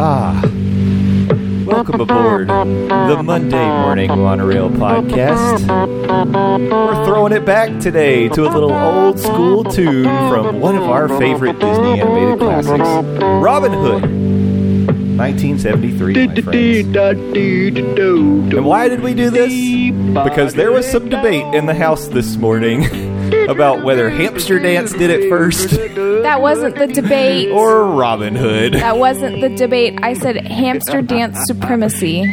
Ah. Welcome aboard the Monday Morning Monorail Podcast. We're throwing it back today to a little old school tune from one of our favorite Disney animated classics, Robin Hood, 1973. My friends. And why did we do this? Because there was some debate in the house this morning about whether Hamster Dance did it first That wasn't the debate. or Robin Hood. that wasn't the debate. I said hamster dance supremacy.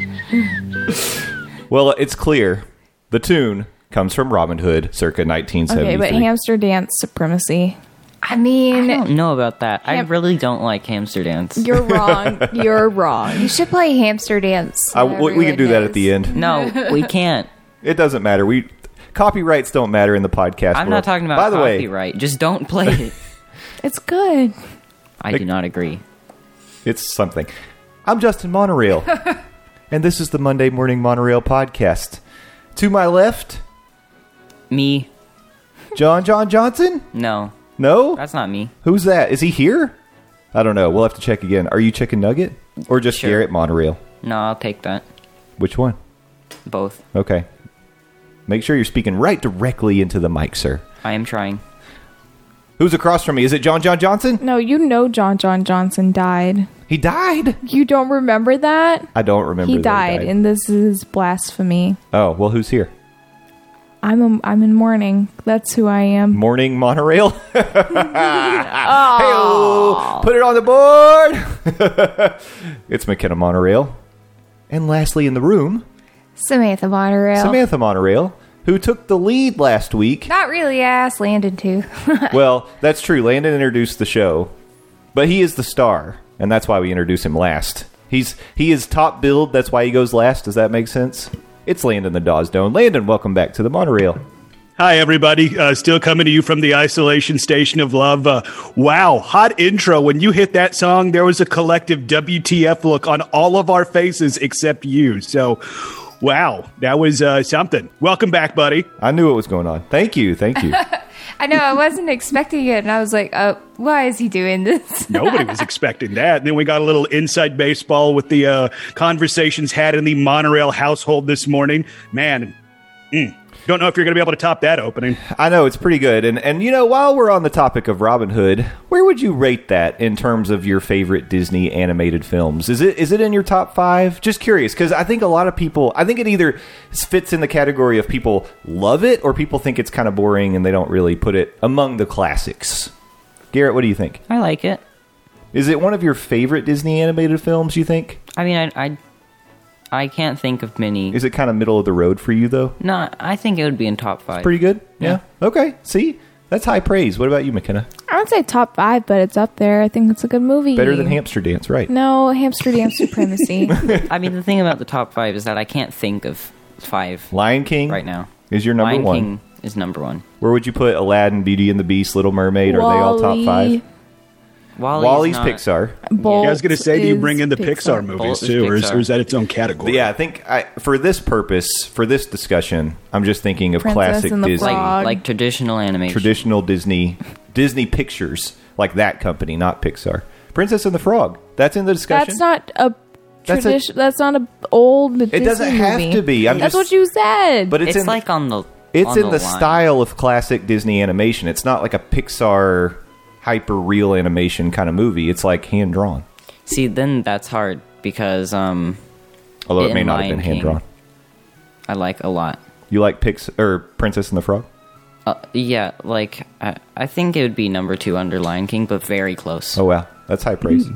Well, it's clear the tune comes from Robin Hood, circa Okay, 1973. but hamster dance supremacy. I mean, I don't know about that. I Ham- really don't like hamster dance. you're wrong. You're wrong. You should play hamster dance. I- we, we can do that at the end. no, we can't. It doesn't matter. We copyrights don't matter in the podcast. I'm world. not talking about By the way, copyright. Just don't play it. It's good. I do not agree. it's something. I'm Justin Monorail, and this is the Monday Morning Monorail podcast. To my left, Me? John John Johnson. No, No, that's not me. who's that? Is he here? I don't know. We'll have to check again. Are you Chicken Nugget or just Sure. Garrett Monorail? No, I'll take that. Which one? Both. Okay. Make sure you're speaking right directly into the mic, sir. I am trying. Who's across from me? Is it John John Johnson? No, you know John John Johnson died. He died. You don't remember that? I don't remember. He that died, and this is blasphemy. oh well, who's here? I'm a, I'm in mourning. That's who I am. Morning monorail. Hey, put it on the board. it's McKenna Monorail, and lastly in the room, Samantha Monorail. Samantha Monorail, who took the lead last week. Not really ass, Landon too. well, that's true. Landon introduced the show, but he is the star, and that's why we introduce him last. He's he is top build. That's why he goes last. Does that make sense? It's Landon the Dawsdone. Landon, welcome back to the monorail. Hi, everybody. Uh, still coming to you from the isolation station of love. Uh, wow, hot intro. When you hit that song, there was a collective WTF look on all of our faces except you. So, wow, that was uh, something. Welcome back, buddy. I knew what was going on. Thank you, thank you. I know I wasn't expecting it, and I was like, "Oh, why is he doing this?" Nobody was expecting that. And then we got a little inside baseball with the uh, conversations had in the monorail household this morning. Man, mm, don't know if you're going to be able to top that opening. I know it's pretty good. And and you know, while we're on the topic of Robin Hood, where would you rate that in terms of your favorite Disney animated films? Is it is it in your top five? Just curious because I think a lot of people, I think it either fits in the category of people love it or people think it's kind of boring and they don't really put it among the classics. Garrett, what do you think? I like it. Is it one of your favorite Disney animated films? You think? I mean, I, I, I can't think of many. Is it kind of middle of the road for you though? No, I think it would be in top five. Pretty good. Yeah. Okay. See, that's high praise. What about you, McKenna? I would say top five, but it's up there. I think it's a good movie. Better than Hamster Dance, right? No, hamster dance supremacy. I mean, the thing about the top five is that I can't think of five Lion King right now. is your number Lion one. King is number one. Where would you put Aladdin, Beauty and the Beast, Little Mermaid? Are they all top Wall-E, five? Wally Wally's not, Pixar. Bolt I was going to say, do you is bring in the Pixar, Bolt movies is too, or is, Pixar. or is that its own category? Yeah, I think I, for this purpose, for this discussion, I'm just thinking of Princess classic and the Disney, Frog. Like traditional animation. traditional Disney, Disney Pictures, like that company, not Pixar. Princess and the Frog. That's in the discussion. That's not a That's a- tradition. That's, not a old. It doesn't have to be. I'm that's just- what you said. but it's, it's in like on the. it's on in the, line. style of classic Disney animation. It's not like a Pixar hyper real animation kind of movie. It's like hand drawn. See, then that's hard because um, Although it may In not have Lion been hand King. drawn. I like a lot. You like Pix or Princess and the Frog? Uh, yeah, like I, I think it would be number two under Lion King, but very close. Oh wow, that's high praise.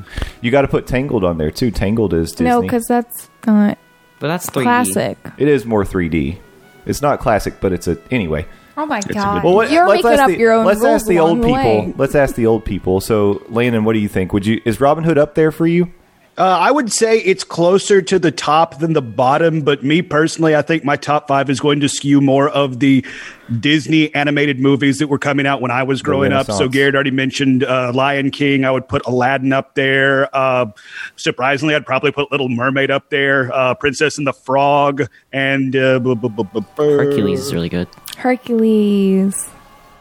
You got to put Tangled on there too. Tangled is Disney. Mm. No, because that's not But that's three. classic. it is more 3D. It's not classic, but it's a anyway. Oh my god. Well, what, You're let's making ask up the, your own Let's rules ask the old along the people. way. Let's ask the old people. So, Landon, what do you think? Would you is Robin Hood up there for you? Uh, I would say it's closer to the top than the bottom, but me personally, I think my top five is going to skew more of the Disney animated movies that were coming out when I was growing up. So Renaissance. Garrett already mentioned uh, Lion King. I would put Aladdin up there. Uh, surprisingly, I'd probably put Little Mermaid up there, uh, Princess and the Frog, and uh, bu- bu- bu- bu- bu- Hercules is really good. Hercules.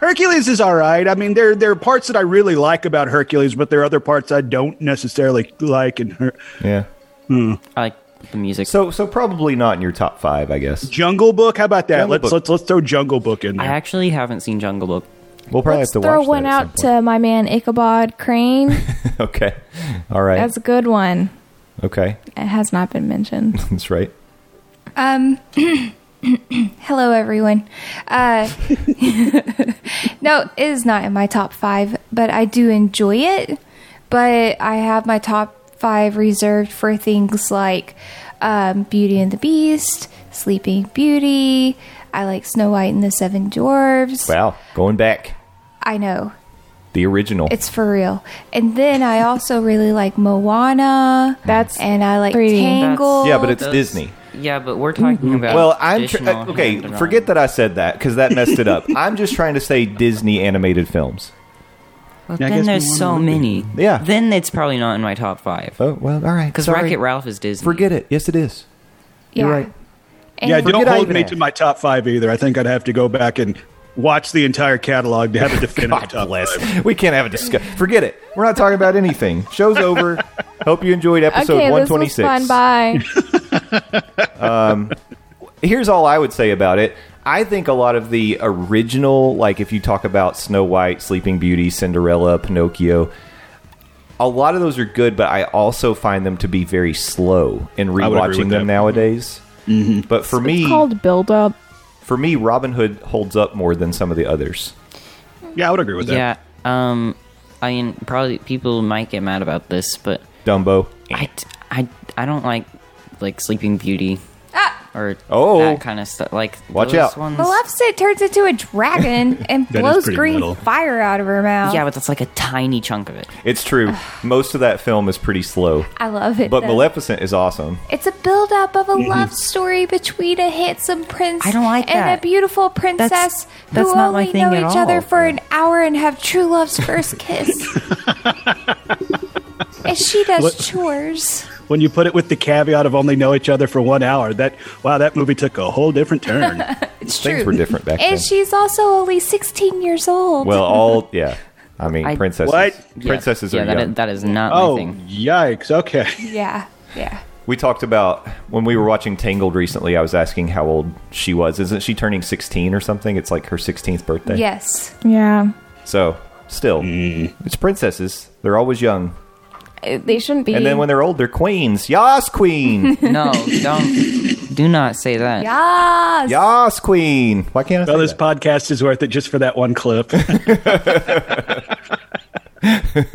Hercules is all right. I mean, there there are parts that I really like about Hercules, but there are other parts I don't necessarily like. And her- Yeah. I like the music. So, so probably not in your top five, I guess. Jungle Book, how about that? Jungle let's Book. let's let's throw Jungle Book in I there. actually haven't seen Jungle Book. We'll probably Let's have to throw watch one that out to my man Ichabod Crane. to. okay. All right. That's a good one. okay. It has not been mentioned. That's right. Um, hello, everyone. Uh, no, it is not in my top five, but I do enjoy it. But I have my top five reserved for things like um, Beauty and the Beast, Sleeping Beauty. I like Snow White and the Seven Dwarfs. Wow. Going back, I know the original. it's for real. And then I also really like Moana. That's and I like 3D. Tangled. yeah, but it's That's- Disney. Yeah, but we're Hmm. talking about. Well, I'm tr- uh, traditional okay. hand-drawn. Forget that I said that because that messed it up. I'm just trying to say Disney animated films. But I then guess there's Moana so would be- many. Yeah. Then it's probably not in my top five. Oh well, all right. Because Sorry. Wreck It Ralph is Disney. Forget it. Yes, it is. You're Yeah. right. And yeah, don't Forget I hold even me asked. to my top five either. I think I'd have to go back and watch the entire catalog to have a definitive God top bless. five. We can't have a discuss. Forget it. We're not talking about anything. Show's over. Hope you enjoyed episode okay, this was 126. fun. Bye. Here's all I would say about it. I think a lot of the original, like if you talk about Snow White, Sleeping Beauty, Cinderella, Pinocchio, a lot of those are good, but I also find them to be very slow in would agree rewatching them with that. Mm-hmm. nowadays. But for me, It's called build up. for me, Robin Hood holds up more than some of the others. Yeah, I would agree with that. Yeah. Um, I mean, probably people might get mad about this, but Dumbo. I, I, I don't like like Sleeping Beauty Uh, or Oh. that kind of stuff. Like Watch those out. Ones, Maleficent turns into a dragon and That is blows pretty green metal. fire out of her mouth. yeah, but that's like a tiny chunk of it. It's true. Most of that film is pretty slow. I love it. But though. Maleficent is awesome. it's a build-up of a love story between a handsome prince I don't like and that. a beautiful princess that's who not my only thing know at each other all. for an hour and have true love's first kiss. and she does What- chores. When you put it with the caveat of only know each other for one hour, that wow, that movie took a whole different turn. It's Things true. were different back and then. she's also only 16 years old. Well, all yeah. I mean, I- princesses. What? Yeah. Princesses yeah, are that young. is, that is not my oh, thing. yikes! Okay, yeah. Yeah. we talked about when we were watching Tangled recently. I was asking how old she was. Isn't she turning sixteen or something? It's like her sixteenth birthday. Yes. Yeah. So still, it's princesses. They're always young, Uh, They shouldn't be. and then when they're old, they're queens. Yas queen. No, don't. Do not say that. Yes. Yas queen. Why can't I? Say well, this that? podcast is worth it just for that one clip.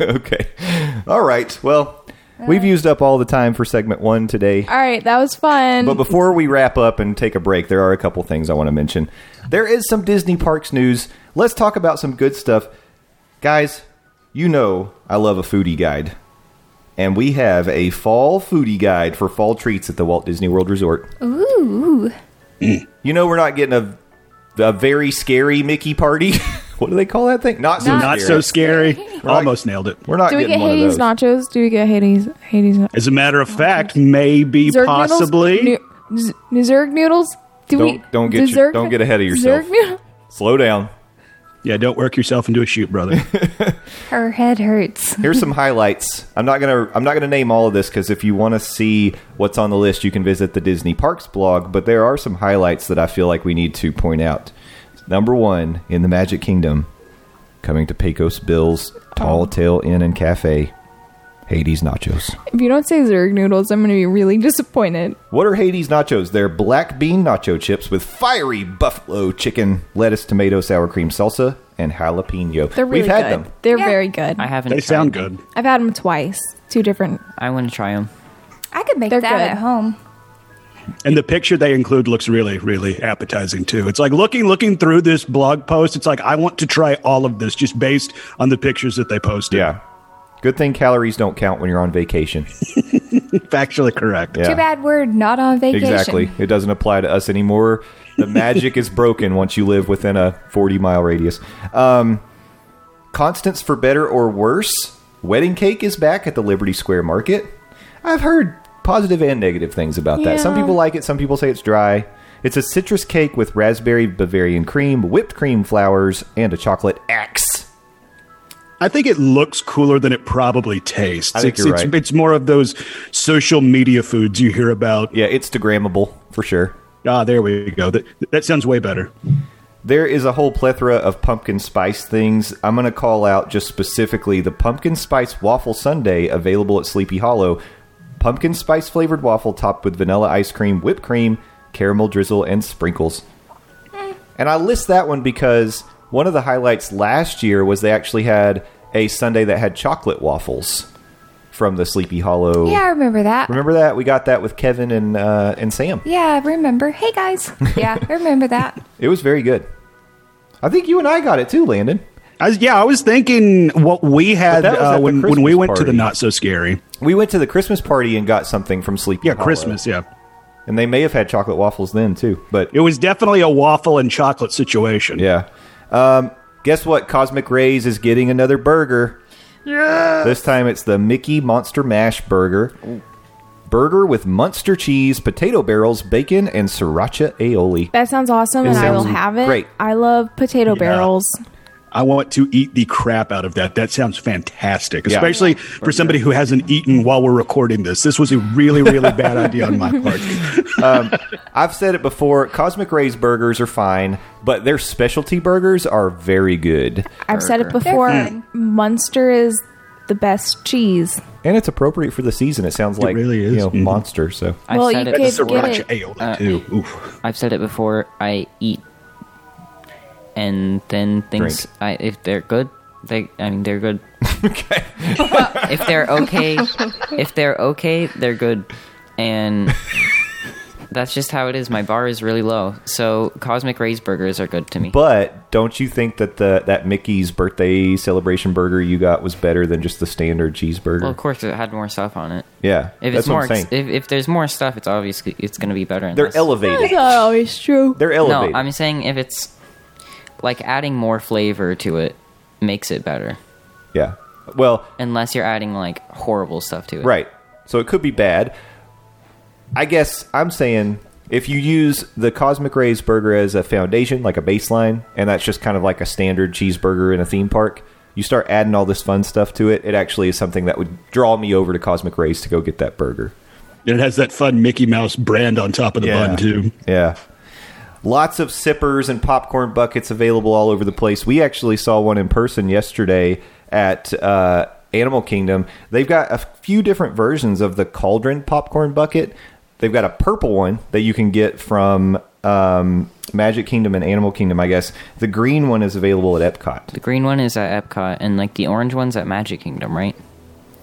okay. All right. Well, Uh. we've used up all the time for segment one today. All right, that was fun. But before we wrap up and take a break, there are a couple things I want to mention. There is some Disney parks news. Let's talk about some good stuff. Guys, you know I love a foodie guide. And we have a fall foodie guide for fall treats at the Walt Disney World Resort. Ooh. you know we're not getting a, a very scary Mickey party. what do they call that thing? Not so Not so scary. Almost nailed it. We're not Do we getting get one of Hades those. nachos? Do we get Hades Hades? nachos? As a matter of fact, maybe Zerg possibly. noodles? Nu- Z- Zerg noodles? Do we? Don't- don't get do your- don't get ahead of yourself. Zerg noodle- Slow down. yeah, don't work yourself into a shoot, brother. Her head hurts. Here's some highlights. I'm not gonna I'm not gonna name all of this because if you want to see what's on the list, you can visit the Disney Parks blog. But there are some highlights that I feel like we need to point out. Number one in the Oh. Magic Kingdom, coming to Pecos Bill's Tall Tale Inn and Cafe. Hades nachos. If you don't say Zurg noodles, I'm going to be really disappointed. What are Hades nachos? They're black bean nacho chips with fiery buffalo chicken, lettuce, tomato, sour cream salsa, and jalapeno. They're really We've had good. them. They're Yeah. very good. I haven't. They tried sound them. good. I've had them twice. Two different. I want to try them. I could make They're that good. at home. And the picture they include looks really, really appetizing too. It's like looking, looking through this blog post. It's like I want to try all of this just based on the pictures that they posted. Yeah. Good thing calories don't count when you're on vacation. factually correct. Yeah. Too bad we're not on vacation. Exactly. It doesn't apply to us anymore. The magic is broken once you live within a 40 mile radius. Um, Constance, for better or worse, wedding cake is back at the Liberty Square Market. I've heard positive and negative things about that. Some Yeah. people like it, some people say it's dry. It's a citrus cake with raspberry Bavarian cream, whipped cream flowers, and a chocolate axe. I think it looks cooler than it probably tastes. I think it's, you're it's, right. it's more of those social media foods you hear about. Yeah, it's Instagrammable for sure. Ah, there we go. That, that sounds way better. There is a whole plethora of pumpkin spice things. I'm going to call out just specifically the pumpkin spice waffle sundae available at Sleepy Hollow. Pumpkin spice flavored waffle topped with vanilla ice cream, whipped cream, caramel drizzle, and sprinkles. And I list that one because one of the highlights last year was they actually had a sundae that had chocolate waffles from the Sleepy Hollow. Yeah, I remember that. Remember that? We got that with Kevin and uh, and Sam. Yeah, I remember. Hey guys. Yeah, I remember that. It was very good. I think you and I got it too, Landon. I, was- yeah, I was thinking what we had that was at uh, the when, when we Christmas went to the party. not so scary. We went to the Christmas party and got something from Sleepy Yeah, Hollow. Christmas. Yeah. And they may have had chocolate waffles then, too. But It was definitely a waffle and chocolate situation. yeah. Um, guess what? Cosmic Rays is getting another burger. Yeah. This time it's the Mickey Monster Mash Burger. Burger with Munster cheese, potato barrels, bacon, and sriracha aioli. That sounds awesome, It and I will sounds have it. great. I love potato barrels. I want to eat the crap out of that. That sounds fantastic, Yeah. especially for somebody who hasn't eaten while we're recording this. This was a really, really bad idea on my part. I've said it before Cosmic Rays burgers are fine, but their specialty burgers are very good. I've said it They're before. good. Munster is the best cheese. And it's appropriate for the season. It sounds like really you is. know, Mhm. Monster. So I've Well, said you it could before. get Sriracha it. ale Uh, too. Oof. I've said it before. I eat, and then things. Drink. I if they're good, they. I mean, they're good. okay. if they're okay, if they're okay, they're good, and that's just how it is. My bar is really low, so cosmic rays burgers are good to me. But don't you think that the that Mickey's birthday celebration burger you got was better than just the standard cheeseburger? well, of course, it had more stuff on it. yeah, If that's it's more, what I'm saying. ex- if, if there's more stuff, it's obviously it's going to be better. They're unless- That's elevated. not always true. They're elevated. No, I'm saying if it's like adding more flavor to it makes it better. yeah. Well, Unless you're adding like horrible stuff to it. right. So it could be bad. I guess I'm saying if you use the Cosmic Rays burger as a foundation, like a baseline, and that's just kind of like a standard cheeseburger in a theme park, you start adding all this fun stuff to it. It actually is something that would draw me over to Cosmic Rays to go get that burger. It has that fun Mickey Mouse brand on top of the bun too. Yeah. Lots of sippers and popcorn buckets available all over the place. We actually saw one in person yesterday at uh, Animal Kingdom. They've got a few different versions of the cauldron popcorn bucket. They've got a purple one that you can get from um, Magic Kingdom and Animal Kingdom, I guess. The green one is available at Epcot. The green one is at Epcot and like the orange one's at Magic Kingdom, right?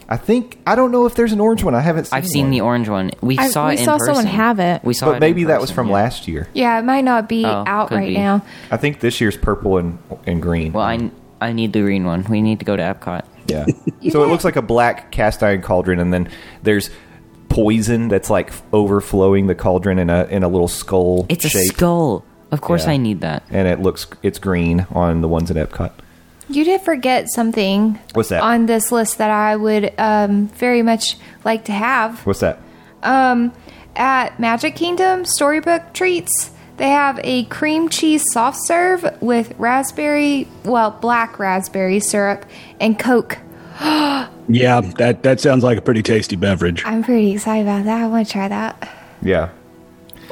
I think I don't know if there's an orange one. I haven't. Seen I've seen one. the orange one. We I- saw we it in saw person. someone have it. We saw it but in maybe that was person, from yeah. last year. Yeah, it might not be Oh, out could right be. now. I think this year's purple and and green. Well, I I need the green one. We need to go to Epcot. Yeah. so it looks like a black cast iron cauldron, and then there's poison that's like f- overflowing the cauldron in a in a little skull It's a shape, skull. Of course Yeah. I need that. and it looks it's green on the ones at Epcot. You did forget something. What's that? On this list that I would um, very much like to have. What's that? Um, at Magic Kingdom Storybook Treats, they have a cream cheese soft serve with raspberry, well, black raspberry syrup and Coke. Yeah, that that sounds like a pretty tasty beverage. I'm pretty excited about that. I want to try that. Yeah.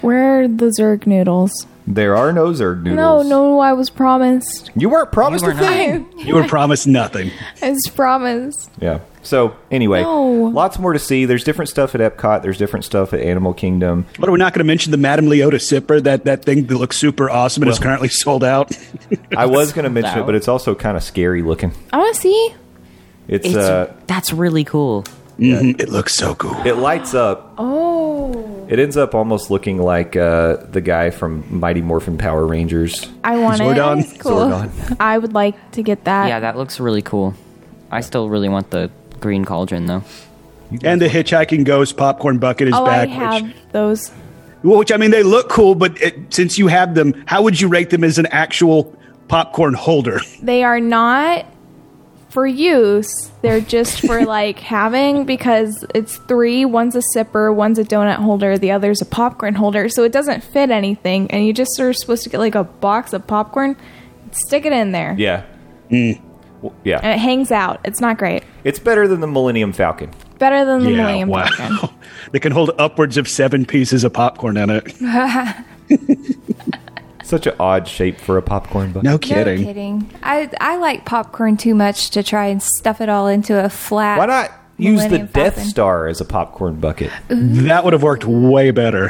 Where are the Zurg noodles? There are no Zerg No, noodles. no, I was promised. You weren't promised You were a not. thing. You were promised nothing. I was promised. Yeah. So anyway, No. lots more to see. There's different stuff at Epcot. There's different stuff at Animal Kingdom. But we're not going to mention the Madame Leota sipper, that, that thing that looks super awesome and is currently sold out. I was going to mention it, Wow. but it's also kind of scary looking. Oh, I want to see. It's, It's, uh, that's really cool. Mhm, it looks so cool. it lights up. Oh, It ends up almost looking like uh, the guy from Mighty Morphin Power Rangers. I want Zordon. it. It's cool. Zordon. I would like to get that. Yeah, that looks really cool. I still really want the green cauldron though. And the Hitchhiking Ghost popcorn bucket is oh, I back. have Which, those. well, which, I mean, they look cool, but it, since you have them, how would you rate them as an actual popcorn holder? They are not for use. They're just for like having because it's three. One's a sipper, one's a donut holder, the other's a popcorn holder. So it doesn't fit anything, and you just are supposed to get like a box of popcorn, stick it in there, Yeah. Mm. Well, yeah. and it hangs out. It's not great. It's better than the Millennium Falcon. Better than the Millennium Falcon. they can hold upwards of seven pieces of popcorn in it. Such an odd shape for a popcorn bucket. No No kidding. kidding. I I like popcorn too much to try and stuff it all into a flat. Why not use the Millennium Death Falcon. Star as a popcorn bucket? That would have worked way better.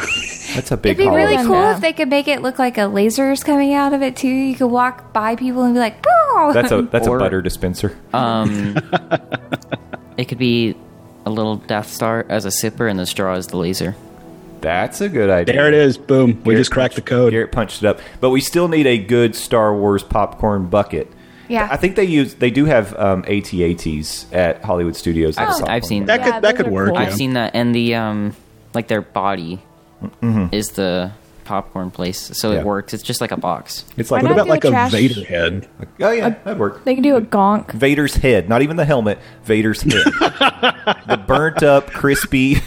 That's a big It'd be really holiday. cool Yeah. if they could make it look like a laser's coming out of it too. You could walk by people and be like, "Boom!" That's a that's Or- a butter dispenser. Um, it could be a little Death Star as a sipper, and the straw as the laser. That's a good idea. There it is. Boom. We Garrett just cracked the punched- code. Garrett punched it up, but we still need a good Star Wars popcorn bucket. Yeah. I think they use they do have um, ATATs at Hollywood Studios. Oh. as a I've- popcorn I've seen bucket. That could- Yeah, that those could are work, cool. yeah. I've seen that, and the um, like their body is the popcorn place, so Mm-hmm. Yeah. it works. It's just like a box. It's like Why What not about like do a a trash- Vader head? oh Uh, yeah, that'd work. They can do a gonk. Vader's head, not even the helmet. Vader's head, the burnt up, crispy.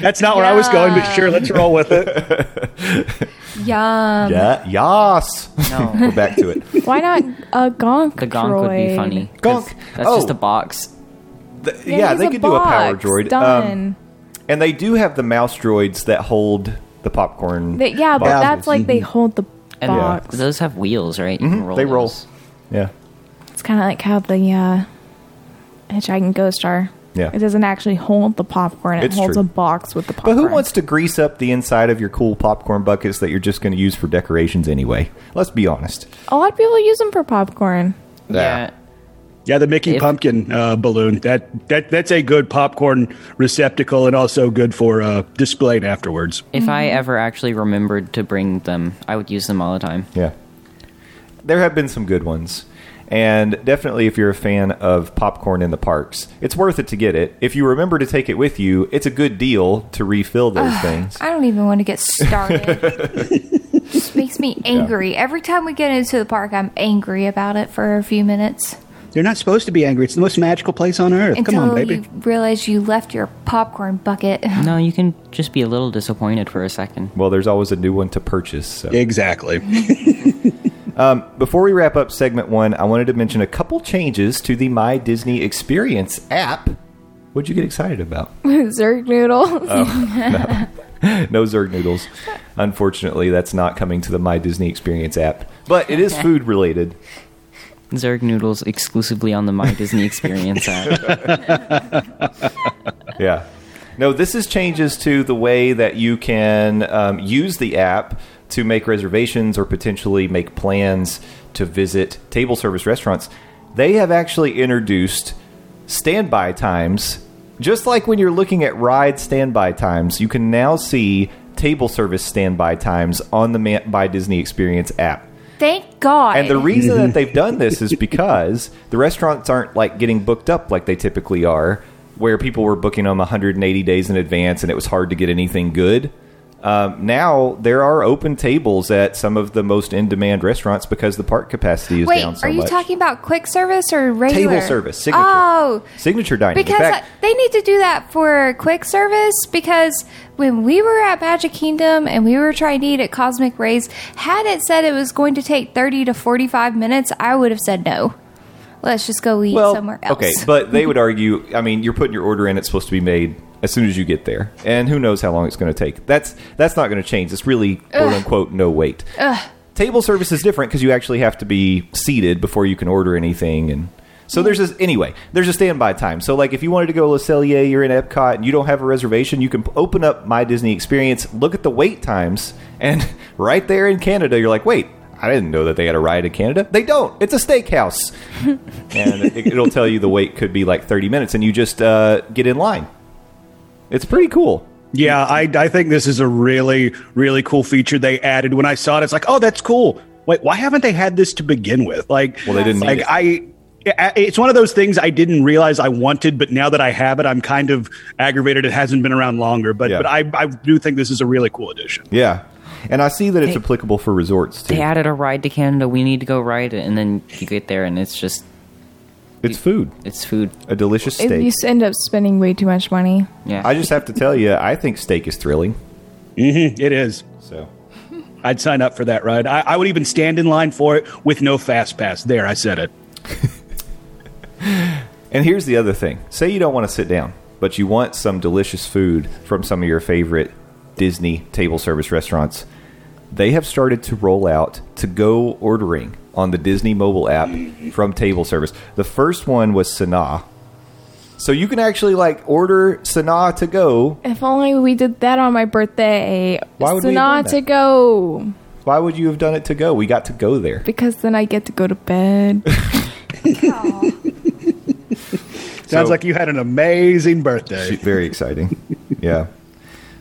That's not where I was going, but sure, let's roll with it. Um, Yum. Yeah, yas. No, We're back to it. Why not a gonk? the gonk would be droid? funny. 'cause Gonk. That's Oh. just a box. The- yeah, Yeah, he's they a could do a power box. droid. um, Done. and they do have the mouse droids that hold the popcorn. They- yeah, but boxes. that's like they hold the And box. those have wheels, right? You can Mm-hmm. they roll. those. yeah. It's kind of like how the uh, Hitchhiking Ghost Star. Yeah. It doesn't actually hold the popcorn. It It's holds true. a box with the But popcorn. who wants to grease up the inside of your cool popcorn buckets that you're just going to use for decorations anyway? Let's be honest. A lot of people use them for popcorn. Yeah. Yeah, the Mickey If- pumpkin uh, balloon. That that that's a good popcorn receptacle and also good for uh, displaying afterwards. If I ever actually remembered to bring them, I would use them all the time. Yeah. There have been some good ones. And definitely, if you're a fan of popcorn in the parks, it's worth it to get it. If you remember to take it with you, it's a good deal to refill those things. I don't even want to get started. Just makes me angry. Every time we get into the park, I'm angry about it for a few minutes You're not supposed to be angry. It's the most magical place on earth. until you realize you left your popcorn bucket. No, you can just be a little disappointed for a second. Well, there's always a new one to purchase. So. Exactly. Before we wrap up segment one, I wanted to mention a couple changes to the My Disney Experience app. What'd you get excited about? Zerg noodles. no Zerg noodles. Unfortunately, that's not coming to the My Disney Experience app, but it is food related. Zerg noodles exclusively on the My Disney Experience app. Yeah. No, this is changes to the way that you can um, use the app to make reservations or potentially make plans to visit table service restaurants. They have actually introduced standby times. Just like when you're looking at ride standby times, you can now see table service standby times on the Man- by Disney Experience app. Thank God. And the reason that they've done this is because the restaurants aren't like getting booked up like they typically are, where people were booking them 180 days in advance and it was hard to get anything good. Um, now there are open tables at some of the most in-demand restaurants because the park capacity is Wait, down so are you much. talking about quick service or regular Table service, signature, Oh, signature dining. In because fact, they need to do that for quick service because when we were at Magic Kingdom and we were trying to eat at Cosmic Rays, had it said it was going to take 30 to 45 minutes, I would have said no. Let's just go eat somewhere else. Okay, but they would argue. I mean, you're putting your order in; it's supposed to be made as soon as you get there, and who knows how long it's going to take. That's that's not going to change. It's really quote unquote no wait. Table service is different because you actually have to be seated before you can order anything, and so there's this anyway. There's a standby time. So like if you wanted to go to Le Cellier, you're in Epcot, and you don't have a reservation, you can p- open up My Disney Experience, look at the wait times, and right there in Canada, you're like, wait. I didn't know that they had a ride in Canada. They don't. It's a steakhouse and it, it'll tell you the wait could be like 30 minutes, and you just uh, get in line. It's pretty cool. Yeah, I, I think this is a really, really cool feature they added. When I saw it, it's like, oh, that's cool. Wait, why haven't they had this to begin with? Like, Well, they didn't need Like, it. I, I- it's one of those things I didn't realize I wanted, but now that I have it, I'm kind of aggravated. It hasn't been around longer, but Yeah. but I, I do think this is a really cool addition. Yeah, and I see that it's applicable for resorts too. They added a ride to Canada. We need to go ride it, and then you get there, and it's just It's food, it's food. a delicious If steak. you s- end up spending way too much money. Yeah, I just have to tell you, I think steak is thrilling. It is. So I'd sign up for that ride. I, I would even stand in line for it with no fast pass. There, I said it. And here's the other thing say you don't want to sit down, but you want some delicious food from some of your favorite Disney table service restaurants. They have started to roll out to go ordering on the Disney mobile app from table service. The first one was Sanaa. So you can actually like order Sanaa to go. If only we did that on my birthday. Why would so we have done not that? to go Why would you have done it to go? We got to go there. because then I get to go to bed. Sounds So- like you had an amazing birthday. Very exciting. Yeah.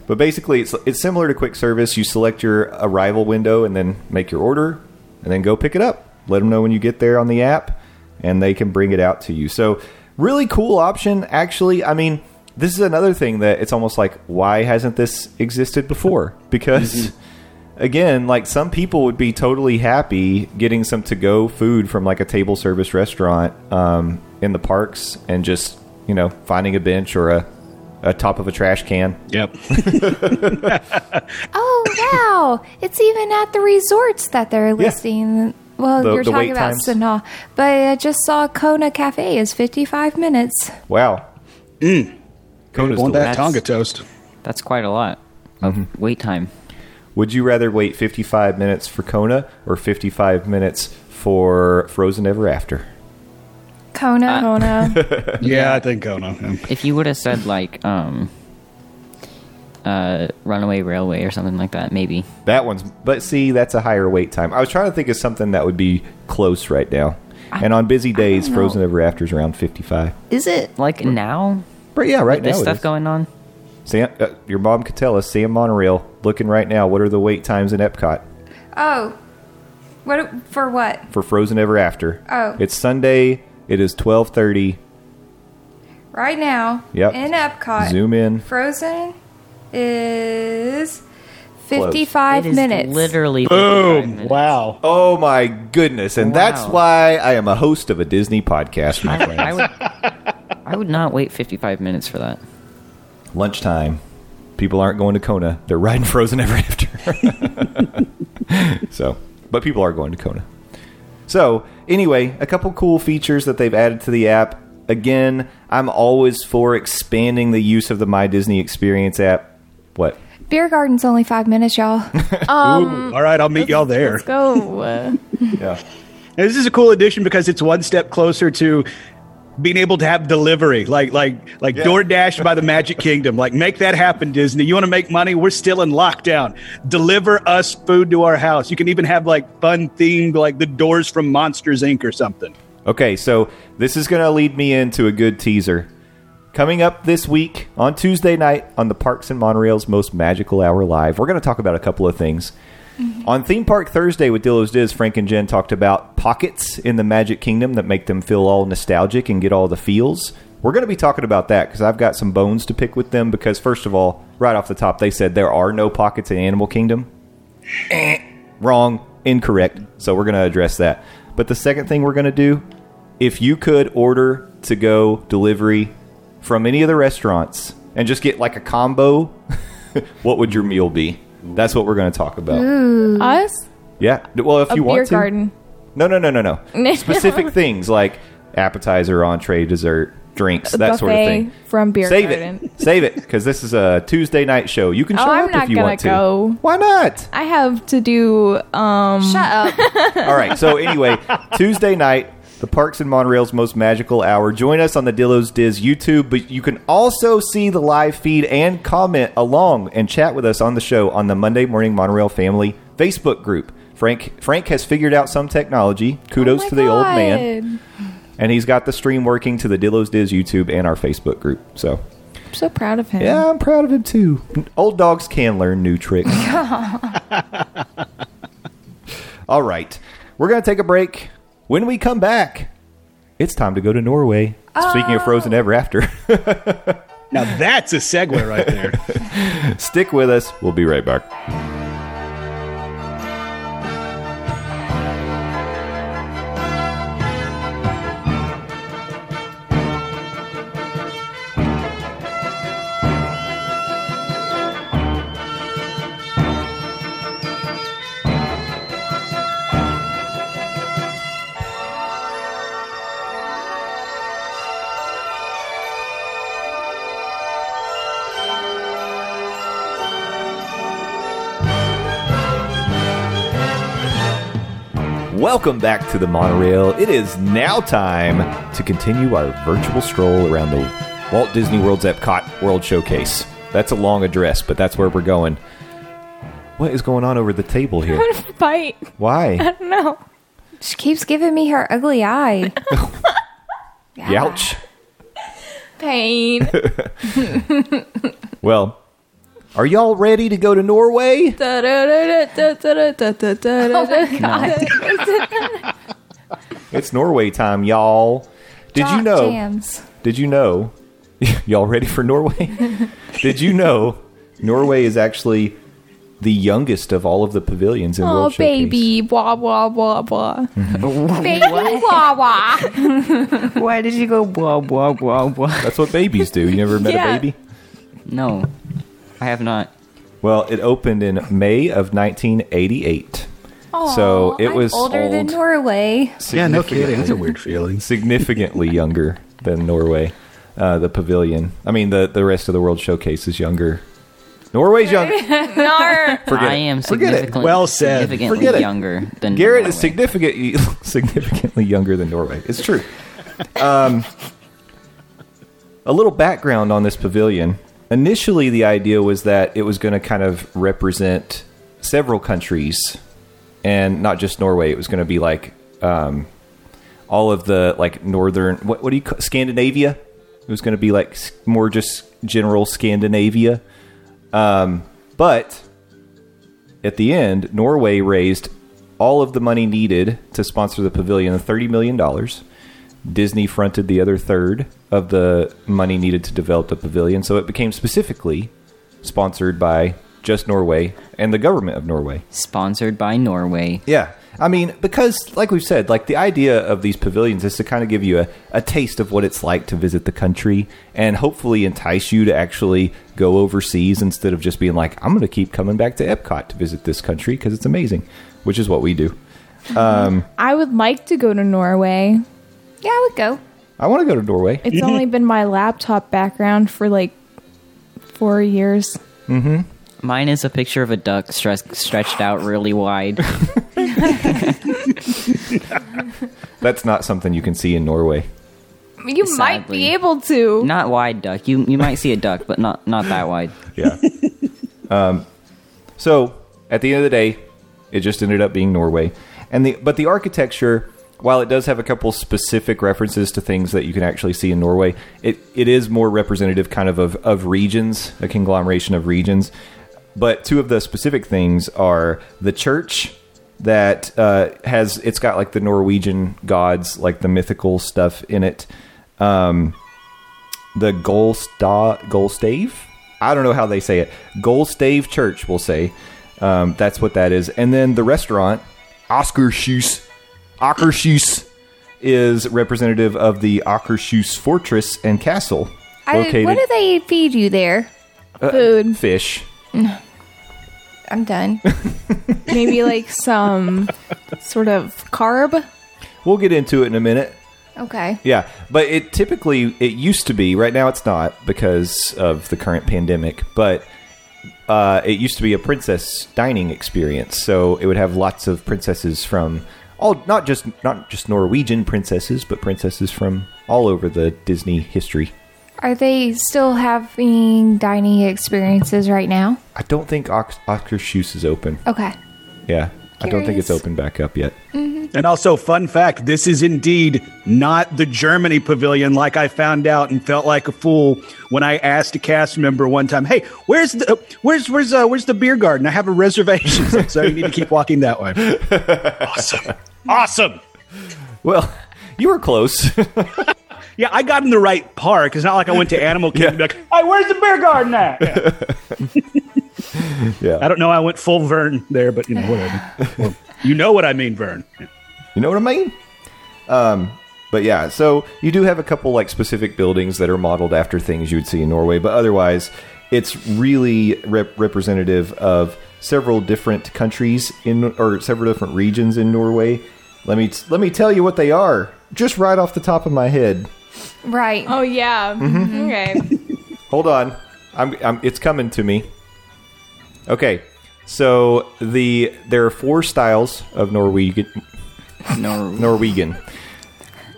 But basically, it's, it's similar to quick service. You select your arrival window and then make your order and then go pick it up. Let them know when you get there on the app and they can bring it out to you. So, really cool option, actually. I mean, this is another thing that it's almost like, why hasn't this existed before? Because, again, like some people would be totally happy getting some to go food from like a table service restaurant um, in the parks and just, you know, finding a bench or a, a top of a trash can. Yep. Oh wow! it's even at the resorts that they're listing. Well, The- you're the wait talking about times. Sanaa, but I just saw Kona Cafe is 55 minutes. Wow. Kona's delicious. Want that Tonga toast? that's quite a lot Mm-hmm. of wait time. Would you rather wait 55 minutes for Kona or 55 minutes for Frozen Ever After? Kona. Ah, Uh, Oh no. Yeah, I think Kona. Yeah. If you would have said like um, uh, Runaway Railway or something like that, maybe. That one's, but see, that's a higher wait time. I was trying to think of something that would be close right now. And on busy days, know. Frozen Ever After is around 55. Is it like now? But yeah, right now. This it stuff is. going on. Sam, uh, your mom could tell us, Sam Monorail, looking right now, what are the wait times in Epcot oh, what for? What? for Frozen Ever After? Oh. It's Sunday. It is 1230. Right now, Yep. in Epcot, Zoom in. Frozen is 55 It is minutes. Literally. 55 Boom! minutes. Wow. Oh my goodness. And that's Wow. why I am a host of a Disney podcast, my I friends. would, I would not wait 55 minutes for that. Lunchtime. People aren't going to Kona. They're riding Frozen Ever After. so, but people are going to Kona. So, anyway, a couple cool features that they've added to the app. Again, I'm always for expanding the use of the My Disney Experience app. What? Beer garden's only five minutes, y'all. All right, I'll meet y'all there. Um, Let's go. Yeah. And this is a cool addition because it's one step closer to being able to have delivery, like like like DoorDash by the Magic Kingdom. Like make that happen, Disney. You want to make money? We're still in lockdown. Deliver us food to our house. You can even have like fun themed, like the doors from Monsters Inc. or something. Okay, so this is going to lead me into a good teaser. Coming up this week on Tuesday night on the Parks and Monorail's Most Magical Hour Live, we're going to talk about a couple of things. On Theme Park Thursday with Dillo's Diz, Frank and Jen talked about pockets in the Magic Kingdom that make them feel all nostalgic and get all the feels. We're going to be talking about that because I've got some bones to pick with them. Because, first of all, right off the top, they said there are no pockets in Animal Kingdom wrong, incorrect. So we're going to address that. But the second thing we're going to do, if you could order to go delivery from any of the restaurants and just get like a combo, what would your meal be? That's what we're going to talk about. Us? Yeah. D- Well, if A you want beer to. garden. No, no, no, no, no. Specific things like appetizer, entree, dessert, drinks, a that buffet sort of thing. from Beer Save Garden. it, save it, because this is a Tuesday night show. You can Oh, show I'm up not if you gonna want to. go. Why not? I have to do. Um, Shut up. All right. So anyway, Tuesday night, the Parks and Monorail's most magical hour. Join us on the Dillos Diz YouTube, but you can also see the live feed and comment along and chat with us on the show on the Monday Morning Monorail Family Facebook group. Frank Frank has figured out some technology. Kudos oh my to the old man, God. and he's got the stream working to the Dillos Diz YouTube and our Facebook group. So I'm so proud of him. yeah, I'm proud of him too. Old dogs can learn new tricks. All right. We're going to take a break. When we come back, it's time to go to Norway. Speaking of Frozen Ever After, Now that's a segue right there. stick with us. We'll be right back. Welcome back to the monorail. It is now time to continue our virtual stroll around the Walt Disney World's Epcot World Showcase. That's a long address, but that's where we're going. What is going on over the table here? Fight. Why? No. She keeps giving me her ugly eye. Youch. Pain. Well, are y'all ready to go to Norway? Da-da-da-da-da-da-da-da-da-da. It's Norway time, y'all. Did you Jock know? Jams. Did you know? y'all ready for Norway? did you know Norway is actually the youngest of all of the pavilions in Oh, World Showcase? baby. Blah, blah, blah, blah. Baby wah wah. Why did you go blah blah blah blah? That's what babies do. You never met Yeah. a baby? No, I have not. Well, it opened in May of 1988. so it I'm was older than old. Norway. yeah, no kidding. That's a weird feeling. significantly younger than Norway. Uh, the pavilion. I mean, the, the rest of the world showcase is younger. Norway's young. Forget I it. am Forget it. significantly, Well said. significantly Forget it. younger than Garrett is Norway. significantly significantly younger than Norway. It's true. Um, a little background on this pavilion. Initially, the idea was that it was going to kind of represent several countries, and not just Norway. It was going to be like um, all of the like northern what, what do you call Scandinavia? It was going to be like s- more just general Scandinavia, um, but at the end, Norway raised all of the money needed to sponsor the pavilion, $30 million. Disney fronted the other third of the money needed to develop the pavilion, so it became specifically sponsored by just Norway and the government of Norway. sponsored by Norway. Yeah. I mean, because like we've said, like the idea of these pavilions is to kind of give you a, a taste of what it's like to visit the country and hopefully entice you to actually go overseas instead of just being like, I'm going to keep coming back to Epcot to visit this country because it's amazing, which is what we do. I would like to go to Norway. Yeah, I would go. I want to go to Norway. It's only been my laptop background for like four years. Mine is a picture of a duck stre- stretched out really wide. That's not something you can see in Norway. You might Sadly. be able to. not wide duck. You you might see a duck, but not not that wide. Yeah. um, so at the end of the day, it just ended up being Norway, and the but the architecture, while it does have a couple specific references to things that you can actually see in Norway, it, it is more representative kind of, of of regions, a conglomeration of regions. But two of the specific things are the church that uh, has it's got like the Norwegian gods, like the mythical stuff in it the Golsta Golstave. I don't know how they say it. Golstave Church, we'll say. Um, that's what that is. And then the restaurant, Oscarshus, Akershus, is representative of the Akershus Fortress and Castle, I, located what do they feed you there? Food. fish. I'm done. Maybe like some sort of carb. We'll get into it in a minute. Okay. Yeah, but it typically it used to be. Right now, it's not because of the current pandemic. But uh, it used to be a princess dining experience, so it would have lots of princesses from all not just not just Norwegian princesses, but princesses from all over the Disney history. Are they still having dining experiences right now? I don't think Ox- Oscar Shoes is open. Okay. Yeah, I don't think it's Curious. open back up yet. And also, fun fact this is indeed not the Germany pavilion, like I found out and felt like a fool when I asked a cast member one time, "Hey, where's the where's where's uh, where's the beer garden? I have a reservation, so- so you need to keep walking that way." Awesome, awesome. Well, you were close. Yeah, I got in the right park. It's not like I went to Animal Kingdom. and be Like, hey, where's the beer garden at? Yeah. Yeah. I don't know. I went full Vern there, but you know whatever. Well, you know what I mean, Vern. You know what I mean? Um, but yeah, so you do have a couple like specific buildings that are modeled after things you would see in Norway, but otherwise, it's really rep- representative of several different countries in or several different regions in Norway. Let me let me tell you what they are, just right off the top of my head. Right. Oh yeah. Mm-hmm. Okay. Hold on, I'm, I'm it's coming to me. Okay, so the there are four styles of Norwegian Nor- Norwegian.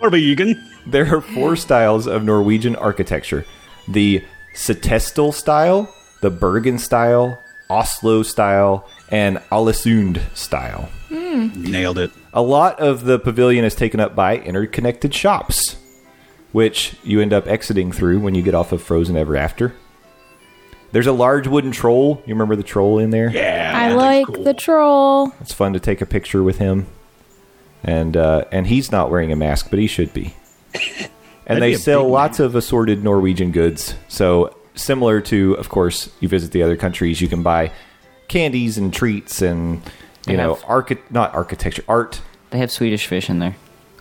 Norwegian. There are four styles of Norwegian architecture the Setesdal style, the Bergen style, Oslo style, and Alessund style. Nailed it. A lot of the pavilion is taken up by interconnected shops, which you end up exiting through when you get off of Frozen Ever After. There's a large wooden troll. You remember the troll in there? Yeah, I that's like cool. the troll. It's fun to take a picture with him, and uh, and he's not wearing a mask, but he should be. And That'd they be a sell big lots of assorted Norwegian goods. So similar to, of course, you visit the other countries, you can buy candies and treats and you They know have- archi- not architecture art. they have Swedish fish in there.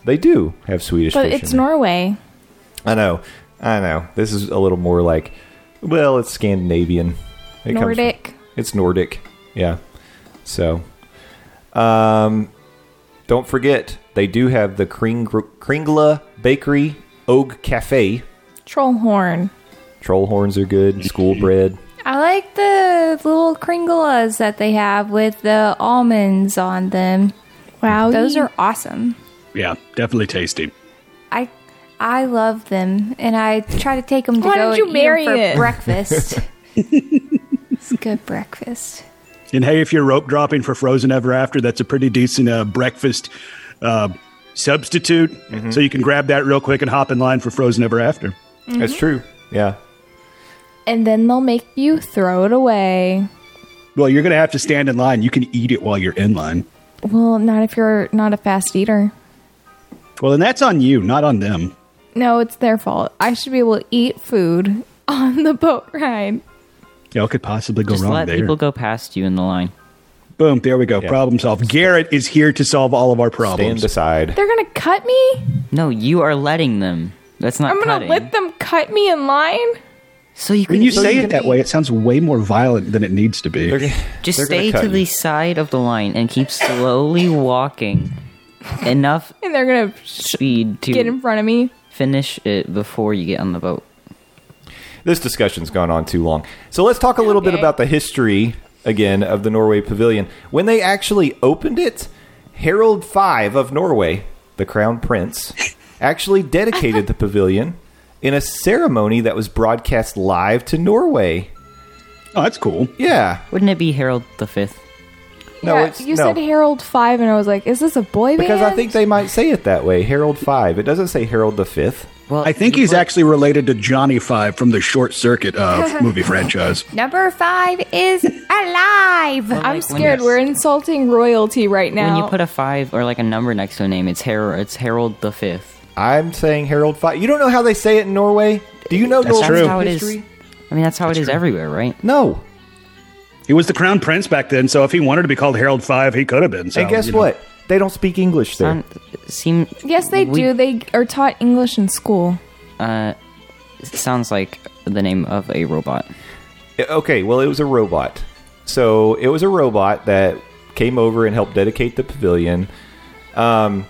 They do have Swedish, But fish it's in there. Norway. I know, I know. This is a little more like, well, it's Scandinavian. It comes from- Nordic. it's Nordic. Yeah. So, um, don't forget they do have the Kring- Kringla Bakery, Og Cafe. Troll horn. Troll horns are good. School bread. I like the little kringolas that they have with the almonds on them. Wow. Those are awesome. Yeah, definitely tasty. I I love them, and I try to take them to Why go don't you and marry eat 'em for it? breakfast. it's good breakfast. And hey, if you're rope dropping for Frozen Ever After, that's a pretty decent uh, breakfast uh, substitute. Mm-hmm. So you can grab that real quick and hop in line for Frozen Ever After. That's true. Yeah. and then they'll make you throw it away. Well, you're going to have to stand in line. You can eat it while you're in line. Well, not if you're not a fast eater. Well, and that's on you, not on them. No, it's their fault. I should be able to eat food on the boat ride. Y'all could possibly go Just wrong let there. people go past you in the line. Boom, there we go. Problem solved. Garrett is here to solve all of our Stand problems. aside. They're gonna cut me. No, you are letting them. That's not I'm gonna cutting. let them cut me in line. so you can When you eat- say it that way, it sounds way more violent than it needs to be. Just They're gonna stay cut to you. the side of the line and keep slowly walking. Enough And they're gonna speed to get in front of me. finish it before you get on the boat. This discussion's gone on too long. So let's talk a little bit Okay. about the history again of the Norway Pavilion. When they actually opened it, Harold V of Norway, the crown prince, actually dedicated the pavilion in a ceremony that was broadcast live to Norway. Oh, that's cool. Yeah. Wouldn't it be Harold the Fifth? No, Yeah, it's you no. said Harold Five, and I was like, "Is this a boy because band?" I think they might say it that way, Harold V. It doesn't say Harold the Fifth. Well, I think he's actually related to Johnny Five from the Short Circuit uh, movie franchise. Number five is alive. I'm like when scared. you- We're insulting royalty right now. When you put a five or like a number next to a name, it's Harold. It's Harold the Fifth. I'm saying Harold V. You don't know how they say it in Norway? Do you know That's Norwegian true. How it is. history? I mean, that's how it is everywhere, right? No. He was the crown prince back then, so if he wanted to be called Harold Five, he could have been. So, and guess you know. what? They don't speak English there. Um, seem yes, they we- do. They are taught English in school. Uh, sounds like the name of a robot. Okay, well, it was a robot. So it was a robot that came over and helped dedicate the pavilion. Um,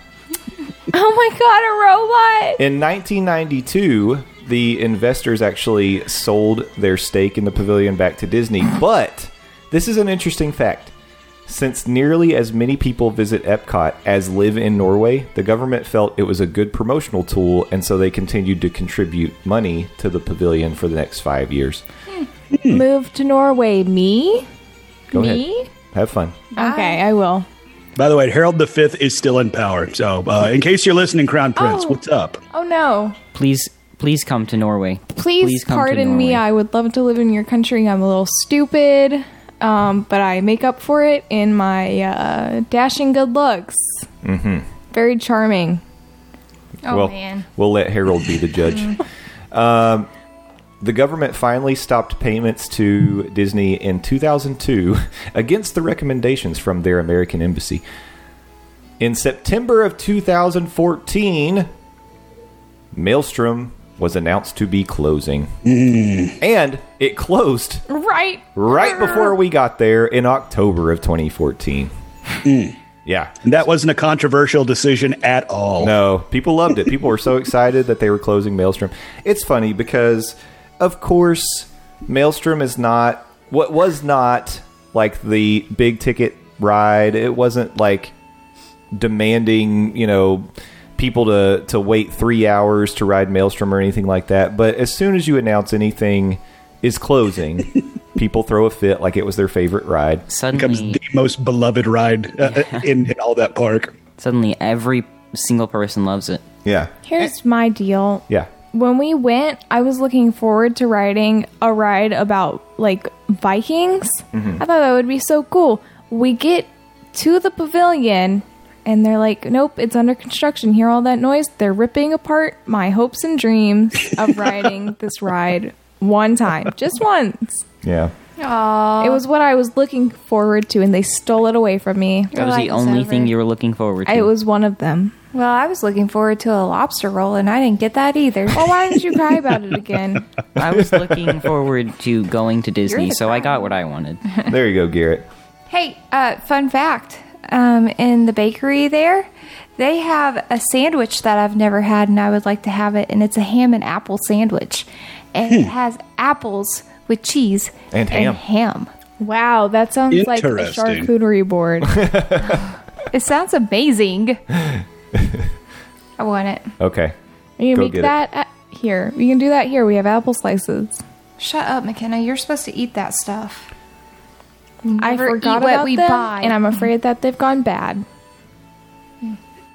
Oh my god, a robot! In 1992, the investors actually sold their stake in the pavilion back to Disney. But this is an interesting fact. Since nearly as many people visit Epcot as live in Norway, the government felt it was a good promotional tool, and so they continued to contribute money to the pavilion for the next five years. Move to Norway, me? Hmm. Go me? ahead. Have fun. Okay, I will. By the way, Harold V is still in power. So, uh, in case you're listening, Crown Prince, Oh. what's up? Oh no. Please, please come to Norway. Please, come to pardon me. Norway. I would love to live in your country. I'm a little stupid, um, but I make up for it in my uh, dashing good looks. Mm-hmm. Very charming. Oh well, man. we'll let Harold be the judge. um, the government finally stopped payments to Disney in 2002 against the recommendations from their American embassy. In September of 2014, Maelstrom was announced to be closing. And it closed Right. right before we got there in October of 2014. Yeah. And that wasn't a controversial decision at all. No, people loved it. People were so excited that they were closing Maelstrom. It's funny because, of course, Maelstrom is not what was not like the big ticket ride. It wasn't like demanding, you know, people to to wait three hours to ride Maelstrom or anything like that. But as soon as you announce anything is closing, people throw a fit like it was their favorite ride. Becomes Suddenly, the most beloved ride uh, in, in all that park. suddenly, every single person loves it. Yeah, Here's my deal. yeah. When we went, I was looking forward to riding a ride about like Vikings. I thought that would be so cool. We get to the pavilion and they're like, nope, it's under construction. Hear all that noise? They're ripping apart my hopes and dreams of riding this ride one time, just once. Yeah. It was what I was looking forward to and they stole it away from me. That was the life is only over. thing you were looking forward to. I was one of them. Well, I was looking forward to a lobster roll and I didn't get that either. Well, why did you cry about it again? I was looking forward to going to Disney, the so I got what I wanted. There you go, Garrett. Hey, uh, fun fact. Um, in the bakery there, they have a sandwich that I've never had and I would like to have it, and it's a ham and apple sandwich. And it has apples with cheese Hmm. And ham. ham. Wow, that sounds like a Interesting. charcuterie board. It sounds amazing. I want it. Okay. You Go can get make it. that at- here. We can do that here. We have apple slices. Shut up, McKenna. You're supposed to eat that stuff. I Never forgot eat what about we them, buy. and I'm afraid that they've gone bad.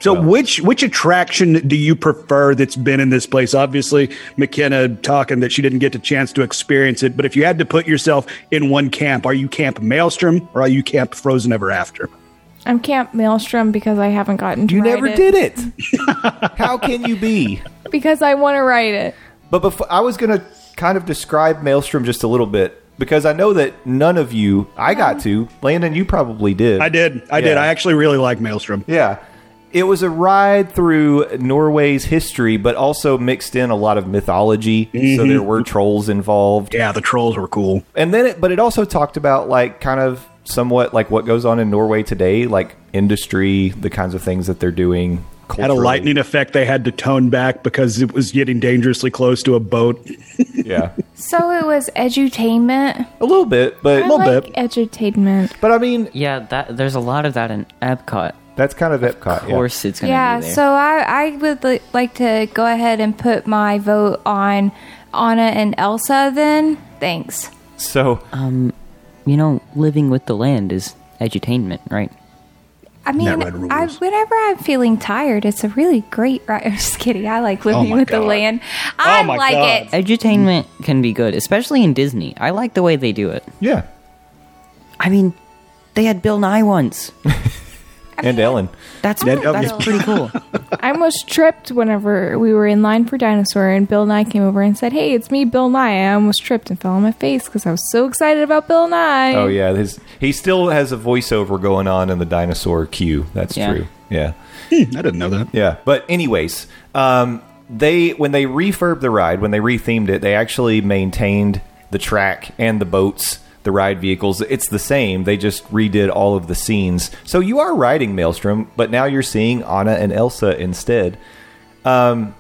So, which which attraction do you prefer that's been in this place? Obviously, McKenna talking that she didn't get the chance to experience it, but if you had to put yourself in one camp, are you Camp Maelstrom or are you Camp Frozen Ever After? I'm Camp Maelstrom because I haven't gotten to You ride never it, did it. How can you be? because I want to ride it. But before I was going to kind of describe Maelstrom just a little bit because I know that none of you, I got Mm-hmm. to, Landon, you probably did. I did. I did. Yeah. I actually really like Maelstrom. Yeah. It was a ride through Norway's history, but also mixed in a lot of mythology. So Mm-hmm. there were trolls involved. Yeah, the trolls were cool. and then it, but it also talked about like kind of somewhat like what goes on in Norway today, like industry, the kinds of things that they're doing. Had a culturally. lightning effect they had to tone back because it was getting dangerously close to a boat. yeah, So it was edutainment. a little bit, but I like edutainment. but I mean, Yeah, that there's a lot of that in Epcot. that's kind of Epcot. Of yeah. course, it's gonna Yeah, be there. so I, I would li- like to go ahead and put my vote on Anna and Elsa then. Thanks. So you know, living with the land is edutainment, right? I mean, ride rules. I, whenever I'm feeling tired, it's a really great ride. I'm just kidding. I like living Oh my with the God. Oh land. I my like God. it. Edutainment can be good, especially in Disney. I like the way they do it. yeah, I mean, they had Bill Nye once. and Ellen. That's Ned that's Elliott. pretty cool. I almost tripped whenever we were in line for dinosaur, and Bill Nye came over and said, "Hey, it's me, Bill Nye." I almost tripped and fell on my face because I was so excited about Bill Nye. Oh yeah, his he still has a voiceover going on in the dinosaur queue. That's Yeah. true. Yeah, I didn't know that. yeah. But anyways, um, they when they refurbed the ride, when they rethemed it, they actually maintained the track and the boats. the ride vehicles. It's the same. They just redid all of the scenes. So you are riding Maelstrom, but now you're seeing Anna and Elsa instead. Um,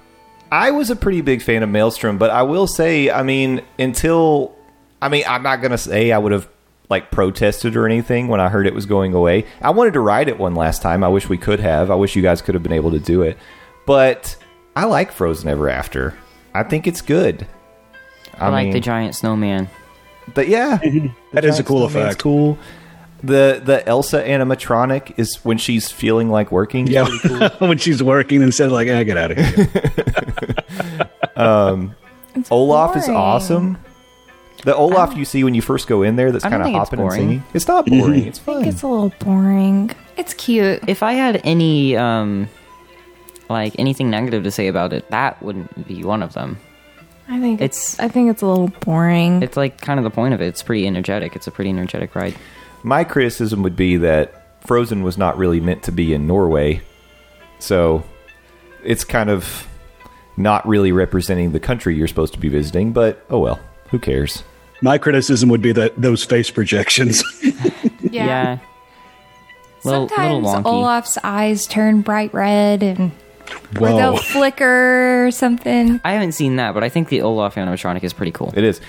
I was a pretty big fan of Maelstrom, but I will say, I mean, until I mean, I'm not gonna say I would have like protested or anything when I heard it was going away. I wanted to ride it one last time. I wish we could have. I wish you guys could have been able to do it. But I like Frozen Ever After. I think it's good. I, like the giant snowman. But yeah, That is a cool Snowman's effect. Cool. The the Elsa animatronic is when she's feeling like working. Yeah, when she's working and says like, "I get out of here." Olaf is boring. awesome. The Olaf you see when you first go in there that's I don't kind of think it's hopping and boring. singing. It's not boring. It's I fun. think it's a little boring. It's cute. If I had any, um, like anything negative to say about it, that wouldn't be one of them. I think It's- it's. I think it's a little boring. It's like kind of the point of it. It's pretty energetic. It's a pretty energetic ride. My criticism would be that Frozen was not really meant to be in Norway. So it's kind of not really representing the country you're supposed to be visiting, but oh well, who cares? My criticism would be that those face projections. Yeah. Little, little Sometimes wonky. Olaf's eyes turn bright red and or Whoa. they'll flicker or something. I haven't seen that, but I think the Olaf animatronic is pretty cool. It is.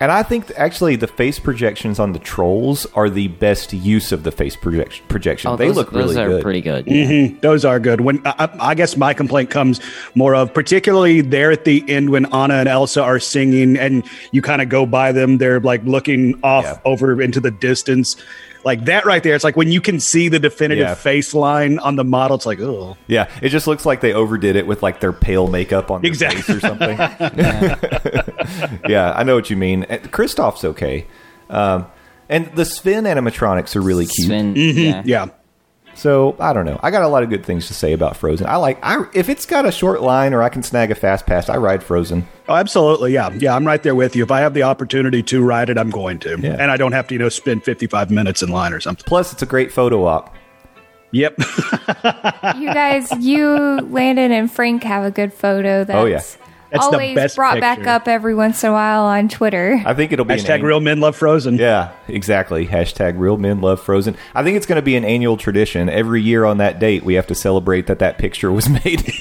And I think th- actually the face projections on the trolls are the best use of the face projection. projection. Oh, they those, look really those are good. pretty good. Those are good. When I, I- I guess my complaint comes more of, particularly there at the end when Anna and Elsa are singing, and you kind of go by them. They're like looking off Yeah. over into the distance, like that right there. It's like when you can see the definitive Yeah. face line on the model. It's like, oh, Yeah, it just looks like they overdid it with like their pale makeup on their Exactly. face or something. yeah, I know what you mean. And Kristoff's okay, um, and the Sven animatronics are really cute. Sven, yeah. yeah. So I don't know. I got a lot of good things to say about Frozen. I like. I if it's got a short line or I can snag a fast pass, I ride Frozen. Oh, absolutely. Yeah. Yeah. I'm right there with you. If I have the opportunity to ride it, I'm going to. Yeah. And I don't have to, you know, spend 55 minutes in line or something. Plus, it's a great photo op. Yep. You guys, you, Landon, and Frank have a good photo that's, Oh, yeah. That's the always best brought back picture. up every once in a while on Twitter. I think it'll be an Hashtag ang- real men love frozen. Yeah, exactly. Hashtag real men love Frozen. I think it's going to be an annual tradition. Every year on that date, we have to celebrate that that picture was made.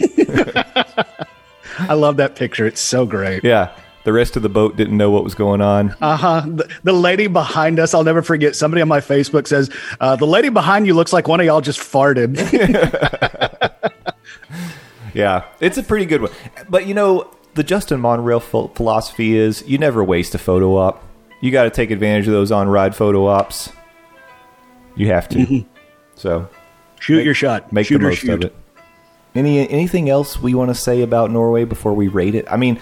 I love that picture. It's so great. Uh-huh. Yeah. The rest of the boat didn't know what was going on. Uh, The, the lady behind us, I'll never forget. Somebody on my Facebook says, uh, "The lady behind you looks like one of y'all just farted." yeah. It's a pretty good one. But you know, the Justin Monrail ph- philosophy is you never waste a photo op. You got to take advantage of those on ride photo ops. You have to. so shoot your shot. make shoot the or most of shoot. it. Any anything else we want to say about Norway before we rate it? I mean,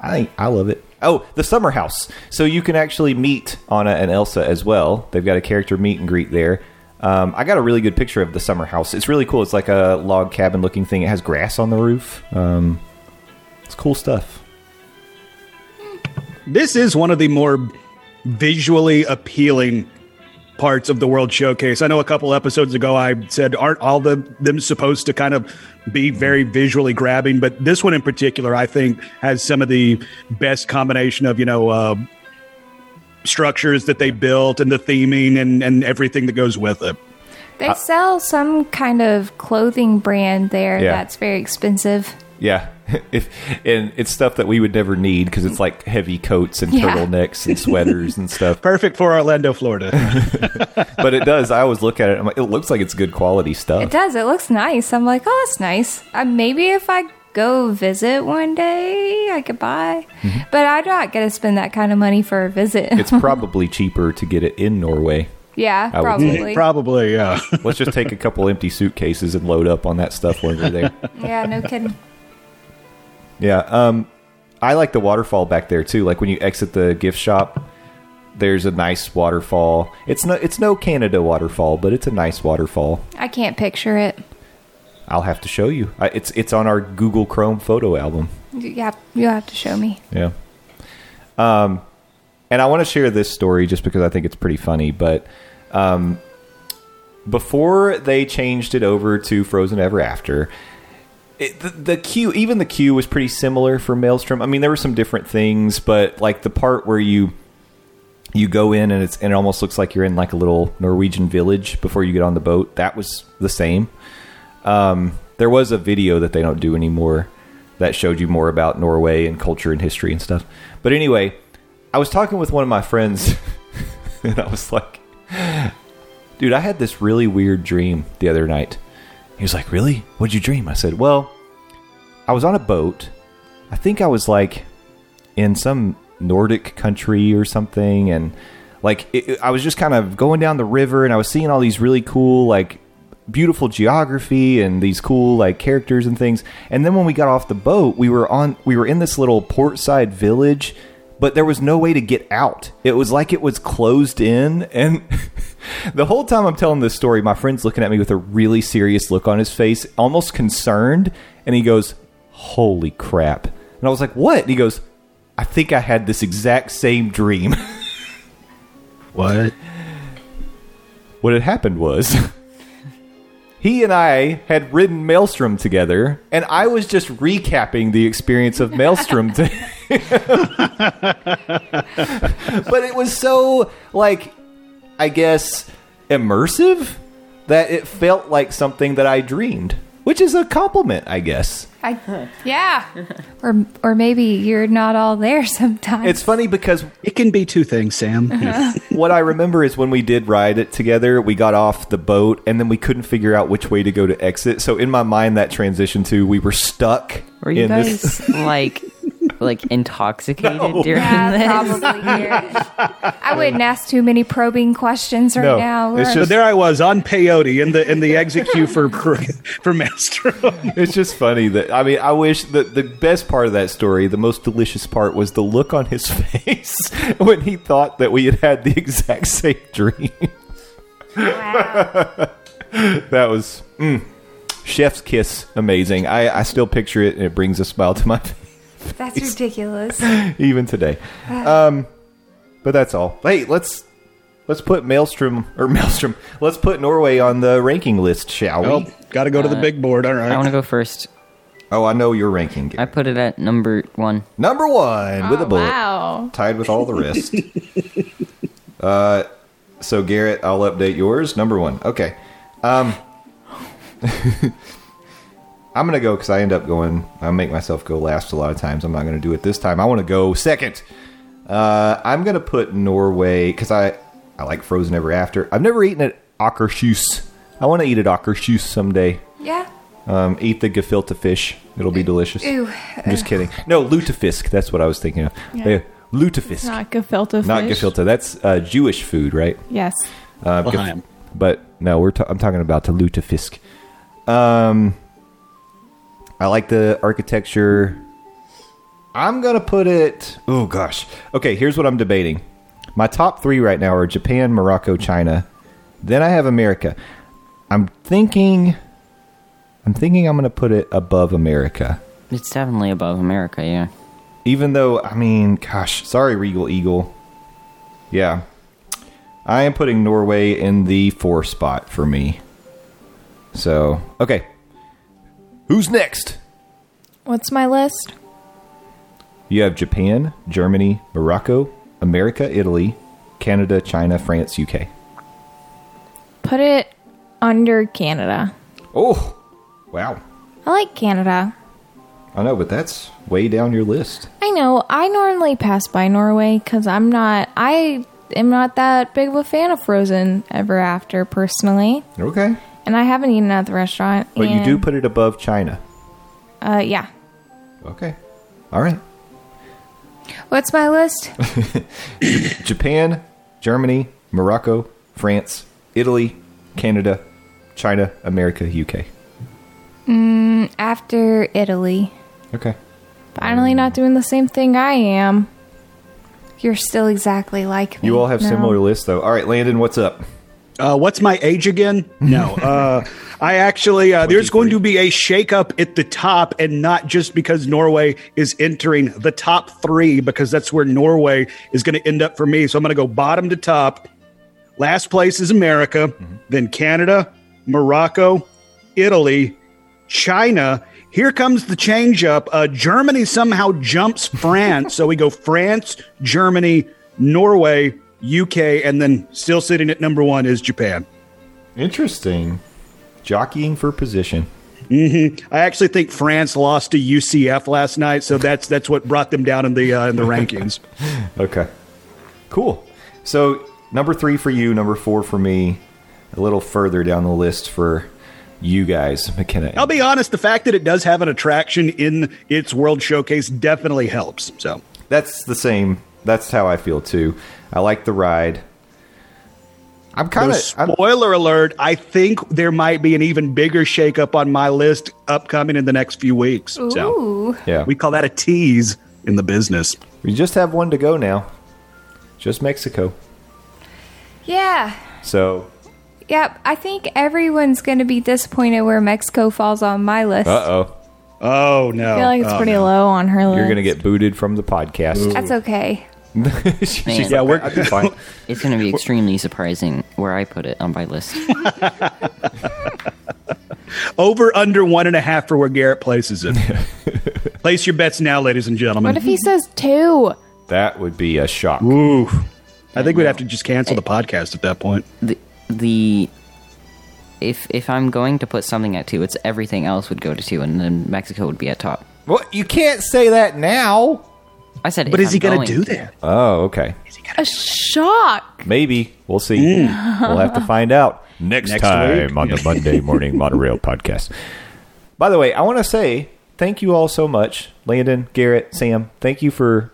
I I love it. Oh, the summer house. So you can actually meet Anna and Elsa as well. They've got a character meet and greet there. Um, I got a really good picture of the summer house. It's really cool. It's like a log cabin looking thing. It has grass on the roof. Um, it's cool stuff. This is one of the more visually appealing parts of the World Showcase. I know a couple episodes ago I said, "Aren't all the them supposed to kind of be very visually grabbing?" But this one in particular, I think, has some of the best combination of you know. Uh, structures that they built and the theming and, and everything that goes with it. They sell some kind of clothing brand there Yeah. that's very expensive. Yeah, if and it's stuff that we would never need because it's like heavy coats and Yeah. turtlenecks and sweaters and stuff. Perfect for Orlando, Florida. but it does. I always look at it. I'm like, it looks like it's good quality It stuff. does. It looks nice. I'm like, oh, that's nice. Uh, maybe if I go visit one day, I could buy. But I'm not going to spend that kind of money for a visit. Mm-hmm. It's probably cheaper to get it in Norway. yeah, I would say. probably. Probably, yeah. Let's just take a couple empty suitcases and load up on that stuff when we're there. yeah, no kidding. Yeah. Um, I like the waterfall back there too. Like when you exit the gift shop, there's a nice waterfall. It's no, it's no Canada waterfall, but it's a nice waterfall. I can't picture it. I'll have to show you. I, it's it's on our Google Chrome photo album. Yeah, you'll have to show me. Yeah. Um, and I want to share this story just because I think it's pretty funny. But um, before they changed it over to Frozen Ever After, it, the, the queue, even the queue, was pretty similar for Maelstrom. I mean, there were some different things, but like the part where you you go in and it's and it almost looks like you're in like a little Norwegian village before you get on the boat. That was the same. Um, there was a video that they don't do anymore that showed you more about Norway and culture and history and stuff. But anyway, I was talking with one of my friends and I was like, dude, I had this really weird dream the other night. He was like, really? What'd you dream? I said, well, I was on a boat. I think I was like in some Nordic country or something, and like it, it- I was just kind of going down the river, and I was seeing all these really cool, like beautiful geography and these cool like characters and things. And then when we got off the boat, we were on we were in this little port side village, but there was no way to get out. It was like it was closed in, and the whole time I'm telling this story, my friend's looking at me with a really serious look on his face, almost concerned, and he goes, "Holy crap!" And I was like, "What?" And he goes. I think I had this exact same dream. What? what had happened was he and I had ridden Maelstrom together, and I was just recapping the experience of Maelstrom to but it was so like I guess immersive that it felt like something that I dreamed, which is a compliment, I guess. I, Yeah. or or maybe you're not all there sometimes. It's funny because It can be two things, Sam. what I remember is when we did ride it together, we got off the boat and then we couldn't figure out which way to go to exit. So in my mind, that transition to we were stuck Were you in guys this. like like intoxicated during yeah, this? probably. is. I wouldn't ask too many probing questions right No, now. it's We're- But there I was on peyote in the in the exit queue for for Maelstrom. It's just funny that I mean, I wish that the best part of that story, the most delicious part, was the look on his face when he thought that we had had the exact same dream. that was mm, chef's kiss, amazing. I, I still picture it, and it brings a smile to my face. That's ridiculous. even today. Um, but that's all. Hey, let's let's put Maelstrom or Maelstrom. Let's put Norway on the ranking list, shall we? Oh, Oh, got to go to the big board. All I right. want to go first. I know your ranking. Gary. I put it at number one. Number one with a Oh, bullet, Wow. tied with all the rest. uh, so Garrett, I'll update yours. Number one. Okay. Um, I'm gonna go because I end up going. I make myself go last a lot of times. I'm not gonna do it this time. I want to go second. Uh, I'm gonna put Norway because I I like Frozen Ever After. I've never eaten at Akershus. I want to eat at Akershus someday. Yeah. Um, eat the gefilte fish. It'll be delicious. Ew. I'm just kidding. No, lutefisk. That's what I was thinking of. Yeah. Yeah. Lutefisk. Not gefilte Not fish. gefilte. That's uh, Jewish food, right? Yes. Uh, gef- L'chaim. but no, we're ta- I'm talking about the lutefisk. Um, I like the architecture. I'm gonna put it. Oh gosh. Okay, here's what I'm debating. My top three right now are Japan, Morocco, China. Then I have America. I'm thinking. I'm thinking I'm gonna put it above America. It's definitely above America. Yeah. Even though, I mean, gosh, sorry, Regal Eagle. Yeah. I am putting Norway in the four spot for me. So, okay. Who's next? What's my list? You have Japan, Germany, Morocco, America, Italy, Canada, China, France, UK. Put it under Canada. Oh, wow. I like Canada. I know, but that's way down your list. I know. I normally pass by Norway because I'm not. I am not that big of a fan of Frozen Ever After personally, Okay. and I haven't eaten at the restaurant. But you do and, put it above China. Uh, yeah. Okay. All right. What's my list? Japan, Germany, Morocco, France, Italy, Canada, China, America, UK. After Italy. Okay. Mm. Finally, not doing the same thing I am. You're still exactly like me. You all have No. similar lists, though. All right, Landon, what's up? Uh, what's my age again? No. Uh, I actually, uh, there's going to be a shakeup at the top, and not just because Norway is entering the top three, because that's where Norway is going to end up for me. So I'm going to go bottom to top. Last place is America, then Canada, Morocco, Italy, China. Here comes the changeup. Uh, Germany somehow jumps France. so we go France, Germany, Norway, UK, and then still sitting at number one is Japan. Interesting. Jockeying for position. I actually think France lost to UCF last night, so that's that's what brought them down in the uh, in the rankings. Okay. Cool. So number three for you, number four for me, a little further down the list for you guys, McKenna. I'll be honest, the fact that it does have an attraction in its World Showcase definitely helps. So That's the same. That's how I feel too. I like the ride. I'm kind Though, of spoiler alert, I think there might be an even bigger shakeup on my list upcoming in the next few weeks. So Ooh. yeah. we We, call that a tease in the business. just have one to go now. Just Mexico. Yeah. So Yep. I think everyone's going to be disappointed where Mexico falls on my list. oh, Oh no. I feel like it's Oh, pretty no. low on her list. you're gonna get booted from the podcast. That's okay. She's Man. like, Yeah, we're- I'd be fine. It's going to be extremely surprising where I put it on my list. Uh, Over under one and a half for where Garrett places it. Place your bets now, ladies and What gentlemen. if he says two? That would be a shock. Ooh. I think we'd have to just cancel the podcast at that point. The, the if if I'm going to put something at two, it's everything else would go to two, and then Mexico would be at top. Well, you can't say that now. I said, But if is he I'm going going to do that? Oh, okay. A shock. Maybe. We'll see. We'll have to find out next, Next time week. on the Monday Morning Monorail podcast. By the way, I want to say thank you all so much, Landon, Garrett, Sam. Thank you for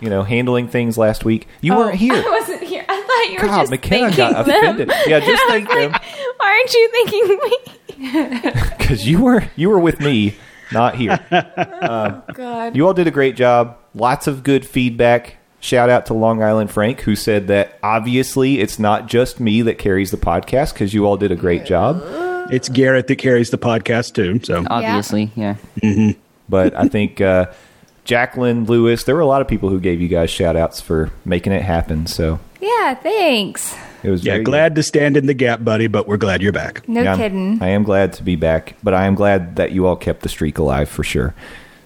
you know handling things last week. You weren't here. I wasn't here. I thought you were God, just McKenna thinking got them. offended. Yeah, just I was thank them. like, Why aren't you thinking me? because you were you were with me, not here. Oh, Um, God. You all did a great job. Lots of good feedback. Shout out to Long Island Frank, who said that obviously it's not just me that carries the podcast because you all did a great job. It's Garrett that carries the podcast too. So Oh, Obviously, yeah. But I think uh, Jacqueline Lewis, there were a lot of people who gave you guys shout outs for making it happen. So Yeah. Thanks. it was yeah, very glad to stand in the gap, buddy. But we're glad you're back. No Yeah, I'm- kidding. I am glad to be back, but I am glad that you all kept the streak alive for sure.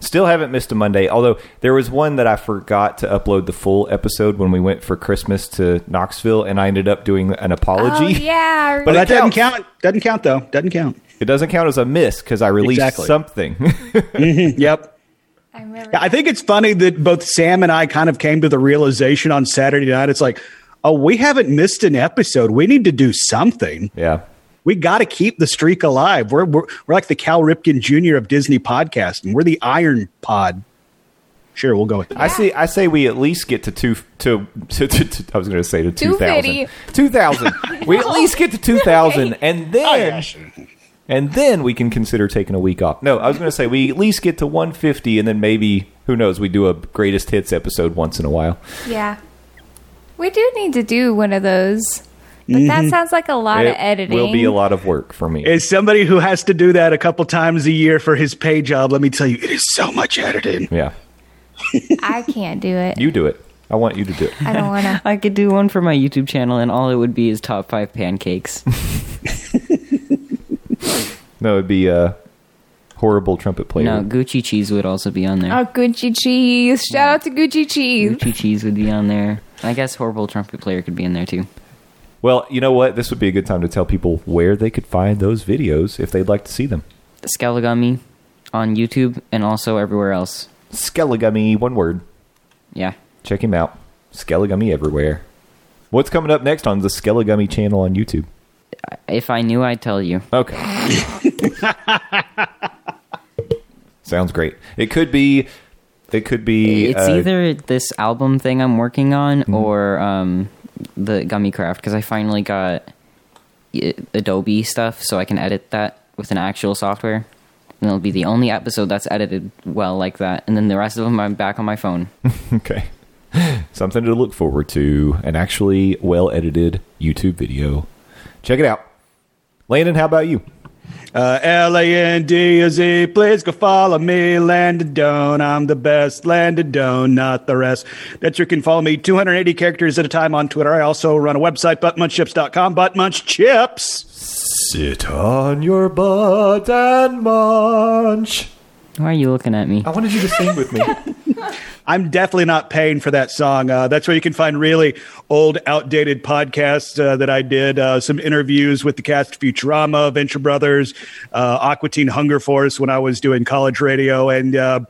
Still haven't missed a Monday, although there was one that I forgot to upload the full episode when we went for Christmas to Knoxville, and I ended up doing an apology. oh, yeah. But But it that doesn't counts. count. Doesn't count though. Doesn't count. It doesn't count as a miss because I released Exactly. something. Yep. I remember. I think it's funny that both Sam and I kind of came to the realization on Saturday night. It's like, oh, we haven't missed an episode. We need to do something. yeah. We got to keep the streak alive. We're, we're we're like the Cal Ripken Jr. of Disney podcasting. We're the Iron Pod. Sure, we'll go with that. I see. I say we at least get to two to, to, to, to- I was going to say to two thousand. 250. Two thousand. we at least get to two thousand, and then and then we can consider taking a week off. No, I was going to say we at least get to one fifty, and then maybe who knows? We do a greatest hits episode once in a while. yeah. We do need to do one of those. But that sounds like a lot of editing. Mm-hmm. will be a lot of work for me. As somebody who has to do that a couple times a year for his pay job, let me tell you, it is so much editing. yeah, I can't do it. you do it. I want you to do it. I don't want to. I could do one for my YouTube channel, and all it would be is top five pancakes. No, it'd be a horrible trumpet player. no, Gucci cheese would also be on there. Oh, Gucci cheese. Shout out to Gucci cheese. Gucci cheese would be on there. I guess horrible trumpet player could be in there too. Well, you know what? This would be a good time to tell people where they could find those videos if they'd like to see them. Scaligami on YouTube and also everywhere else. Skelligummy, one word. Yeah. Check him out. Skelligummy everywhere. What's coming up next on the Skelligummy channel on YouTube? If I knew, I'd tell you. Okay. Sounds great. It could be. It could be. It's uh, either this album thing I'm working on or um, the gummy craft because I finally got uh, Adobe stuff, so I can edit that with an actual software. And it'll be the only episode that's edited well like that. And then the rest of them, I'm back on my phone. Okay. Something to look forward to. An actually well edited YouTube video. Check it out. Landon, how about you? L A N D is E. Please go follow me, Landon. I'm the best, Landon, not the rest. That's you can follow me 280 characters at a time on Twitter. I also run a website, buttmunchchips.com, buttmunchchips. Sit on your butt and munch. Why are you looking at me? I wanted you to sing with me. I'm definitely not paying for that song. Uh, that's where you can find really old, outdated podcasts uh, that I did. Uh, some interviews with the cast of Futurama, Venture Brothers, uh, Aqua Teen Hunger Force when I was doing college radio. And uh,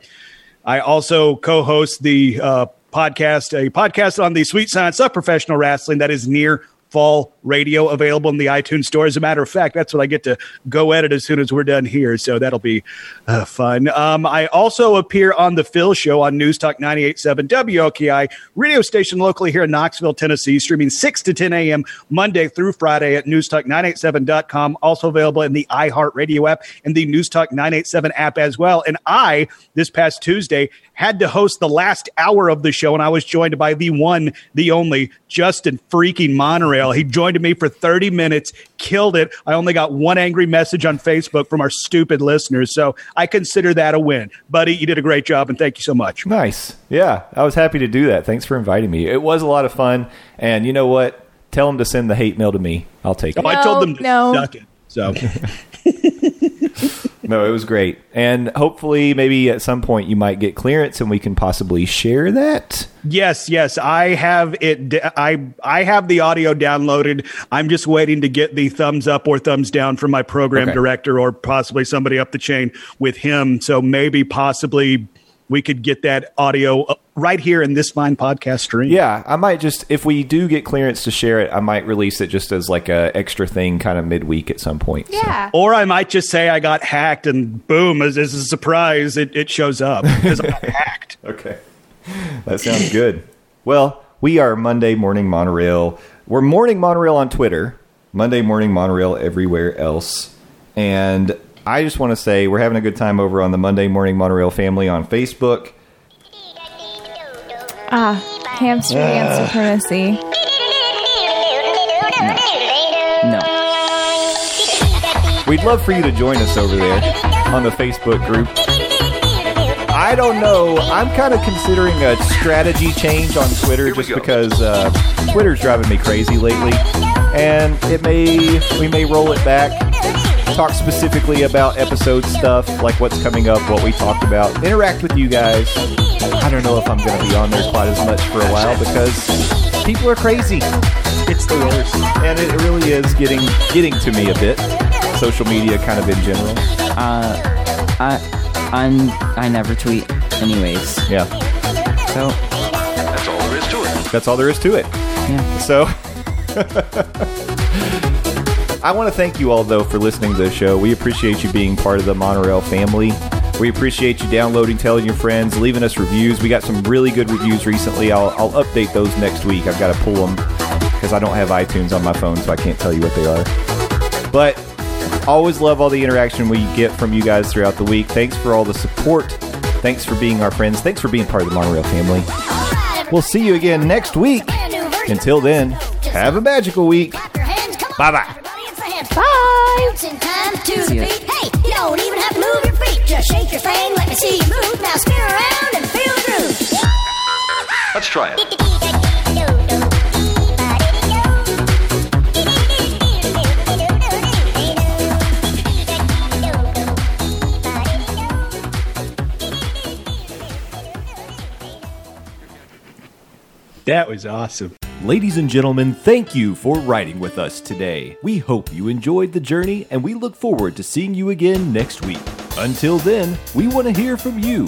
I also co host the uh, podcast, a podcast on the sweet science of professional wrestling that is near fall radio available in the iTunes store. As a matter of fact, that's what I get to go edit as soon as we're done here. So that'll be uh, fun. Um, I also appear on The Phil Show on News Talk 98.7 WOKI, radio station locally here in Knoxville, Tennessee, streaming 6 to 10 a.m. Monday through Friday at newstalk987.com. Also available in the iHeartRadio app and the News Talk 987 app as well. And I, this past Tuesday, had to host the last hour of the show, and I was joined by the one, the only Justin freaking Monorail. He joined me for 30 minutes, killed it. I only got one angry message on Facebook from our stupid listeners, so I consider that a win. Buddy, you did a great job, and thank you so much. Nice. Yeah, I was happy to do that. Thanks for inviting me. It was a lot of fun. And you know what? Tell them to send the hate mail to me. I'll take it. No, I told them to no. suck it. So No, it was great. And hopefully, maybe at some point, you might get clearance and we can possibly share that. yes, yes, I have it. d- I I have the audio downloaded. I'm just waiting to get the thumbs up or thumbs down from my program Okay. director or possibly somebody up the chain with him. So maybe possibly we could get that audio uh, right here in this fine podcast stream. Yeah, I might just, if we do get clearance to share it, I might release it just as like a extra thing kind of midweek at some point. So- Yeah. Or I might just say I got hacked and boom, as, as a surprise, it, it shows up because I got hacked. Okay. That sounds good. Well, we are Monday Morning Monorail. We're Morning Monorail on Twitter, Monday Morning Monorail everywhere else. And I just want to say we're having a good time over on the Monday Morning Monorail family on Facebook. Ah, hamster dance supremacy. No. We'd love for you to join us over there on the Facebook group. I don't know. I'm kind of considering a strategy change on Twitter just because uh, Twitter's driving me crazy lately, and it may we may roll it back. Talk specifically about episode stuff, like what's coming up, what we talked about. Interact with you guys. I don't know if I'm going to be on there quite as much for a while because people are crazy It's the worst. and it really is getting getting to me a bit. Social media, kind of in general. I I'm I never tweet anyways. Yeah, So that's all there is to it. yeah. So, I want to thank you all though for listening to the show. We appreciate you being part of the Monorail family. We appreciate you downloading, telling your friends, leaving us reviews. We got some really good reviews recently. I'll, I'll update those next week. I've got to pull them because I don't have iTunes on my phone, so I can't tell you what they are. But always love all the interaction we get from you guys throughout the week. Thanks for all the support. Thanks for being our friends. Thanks for being part of the Monorail family. We'll see you again next week. Until then, have a magical week. Bye Bye-bye. bye. Bye. It's in time to See ya. beat. Hey, you don't even have to move your feet. Just shake your thing, let me see you move. Now spin around and feel the groove. Let's try it. That was awesome. Ladies and gentlemen, thank you for riding with us today. We hope you enjoyed the journey and we look forward to seeing you again next week. Until then, we want to hear from you.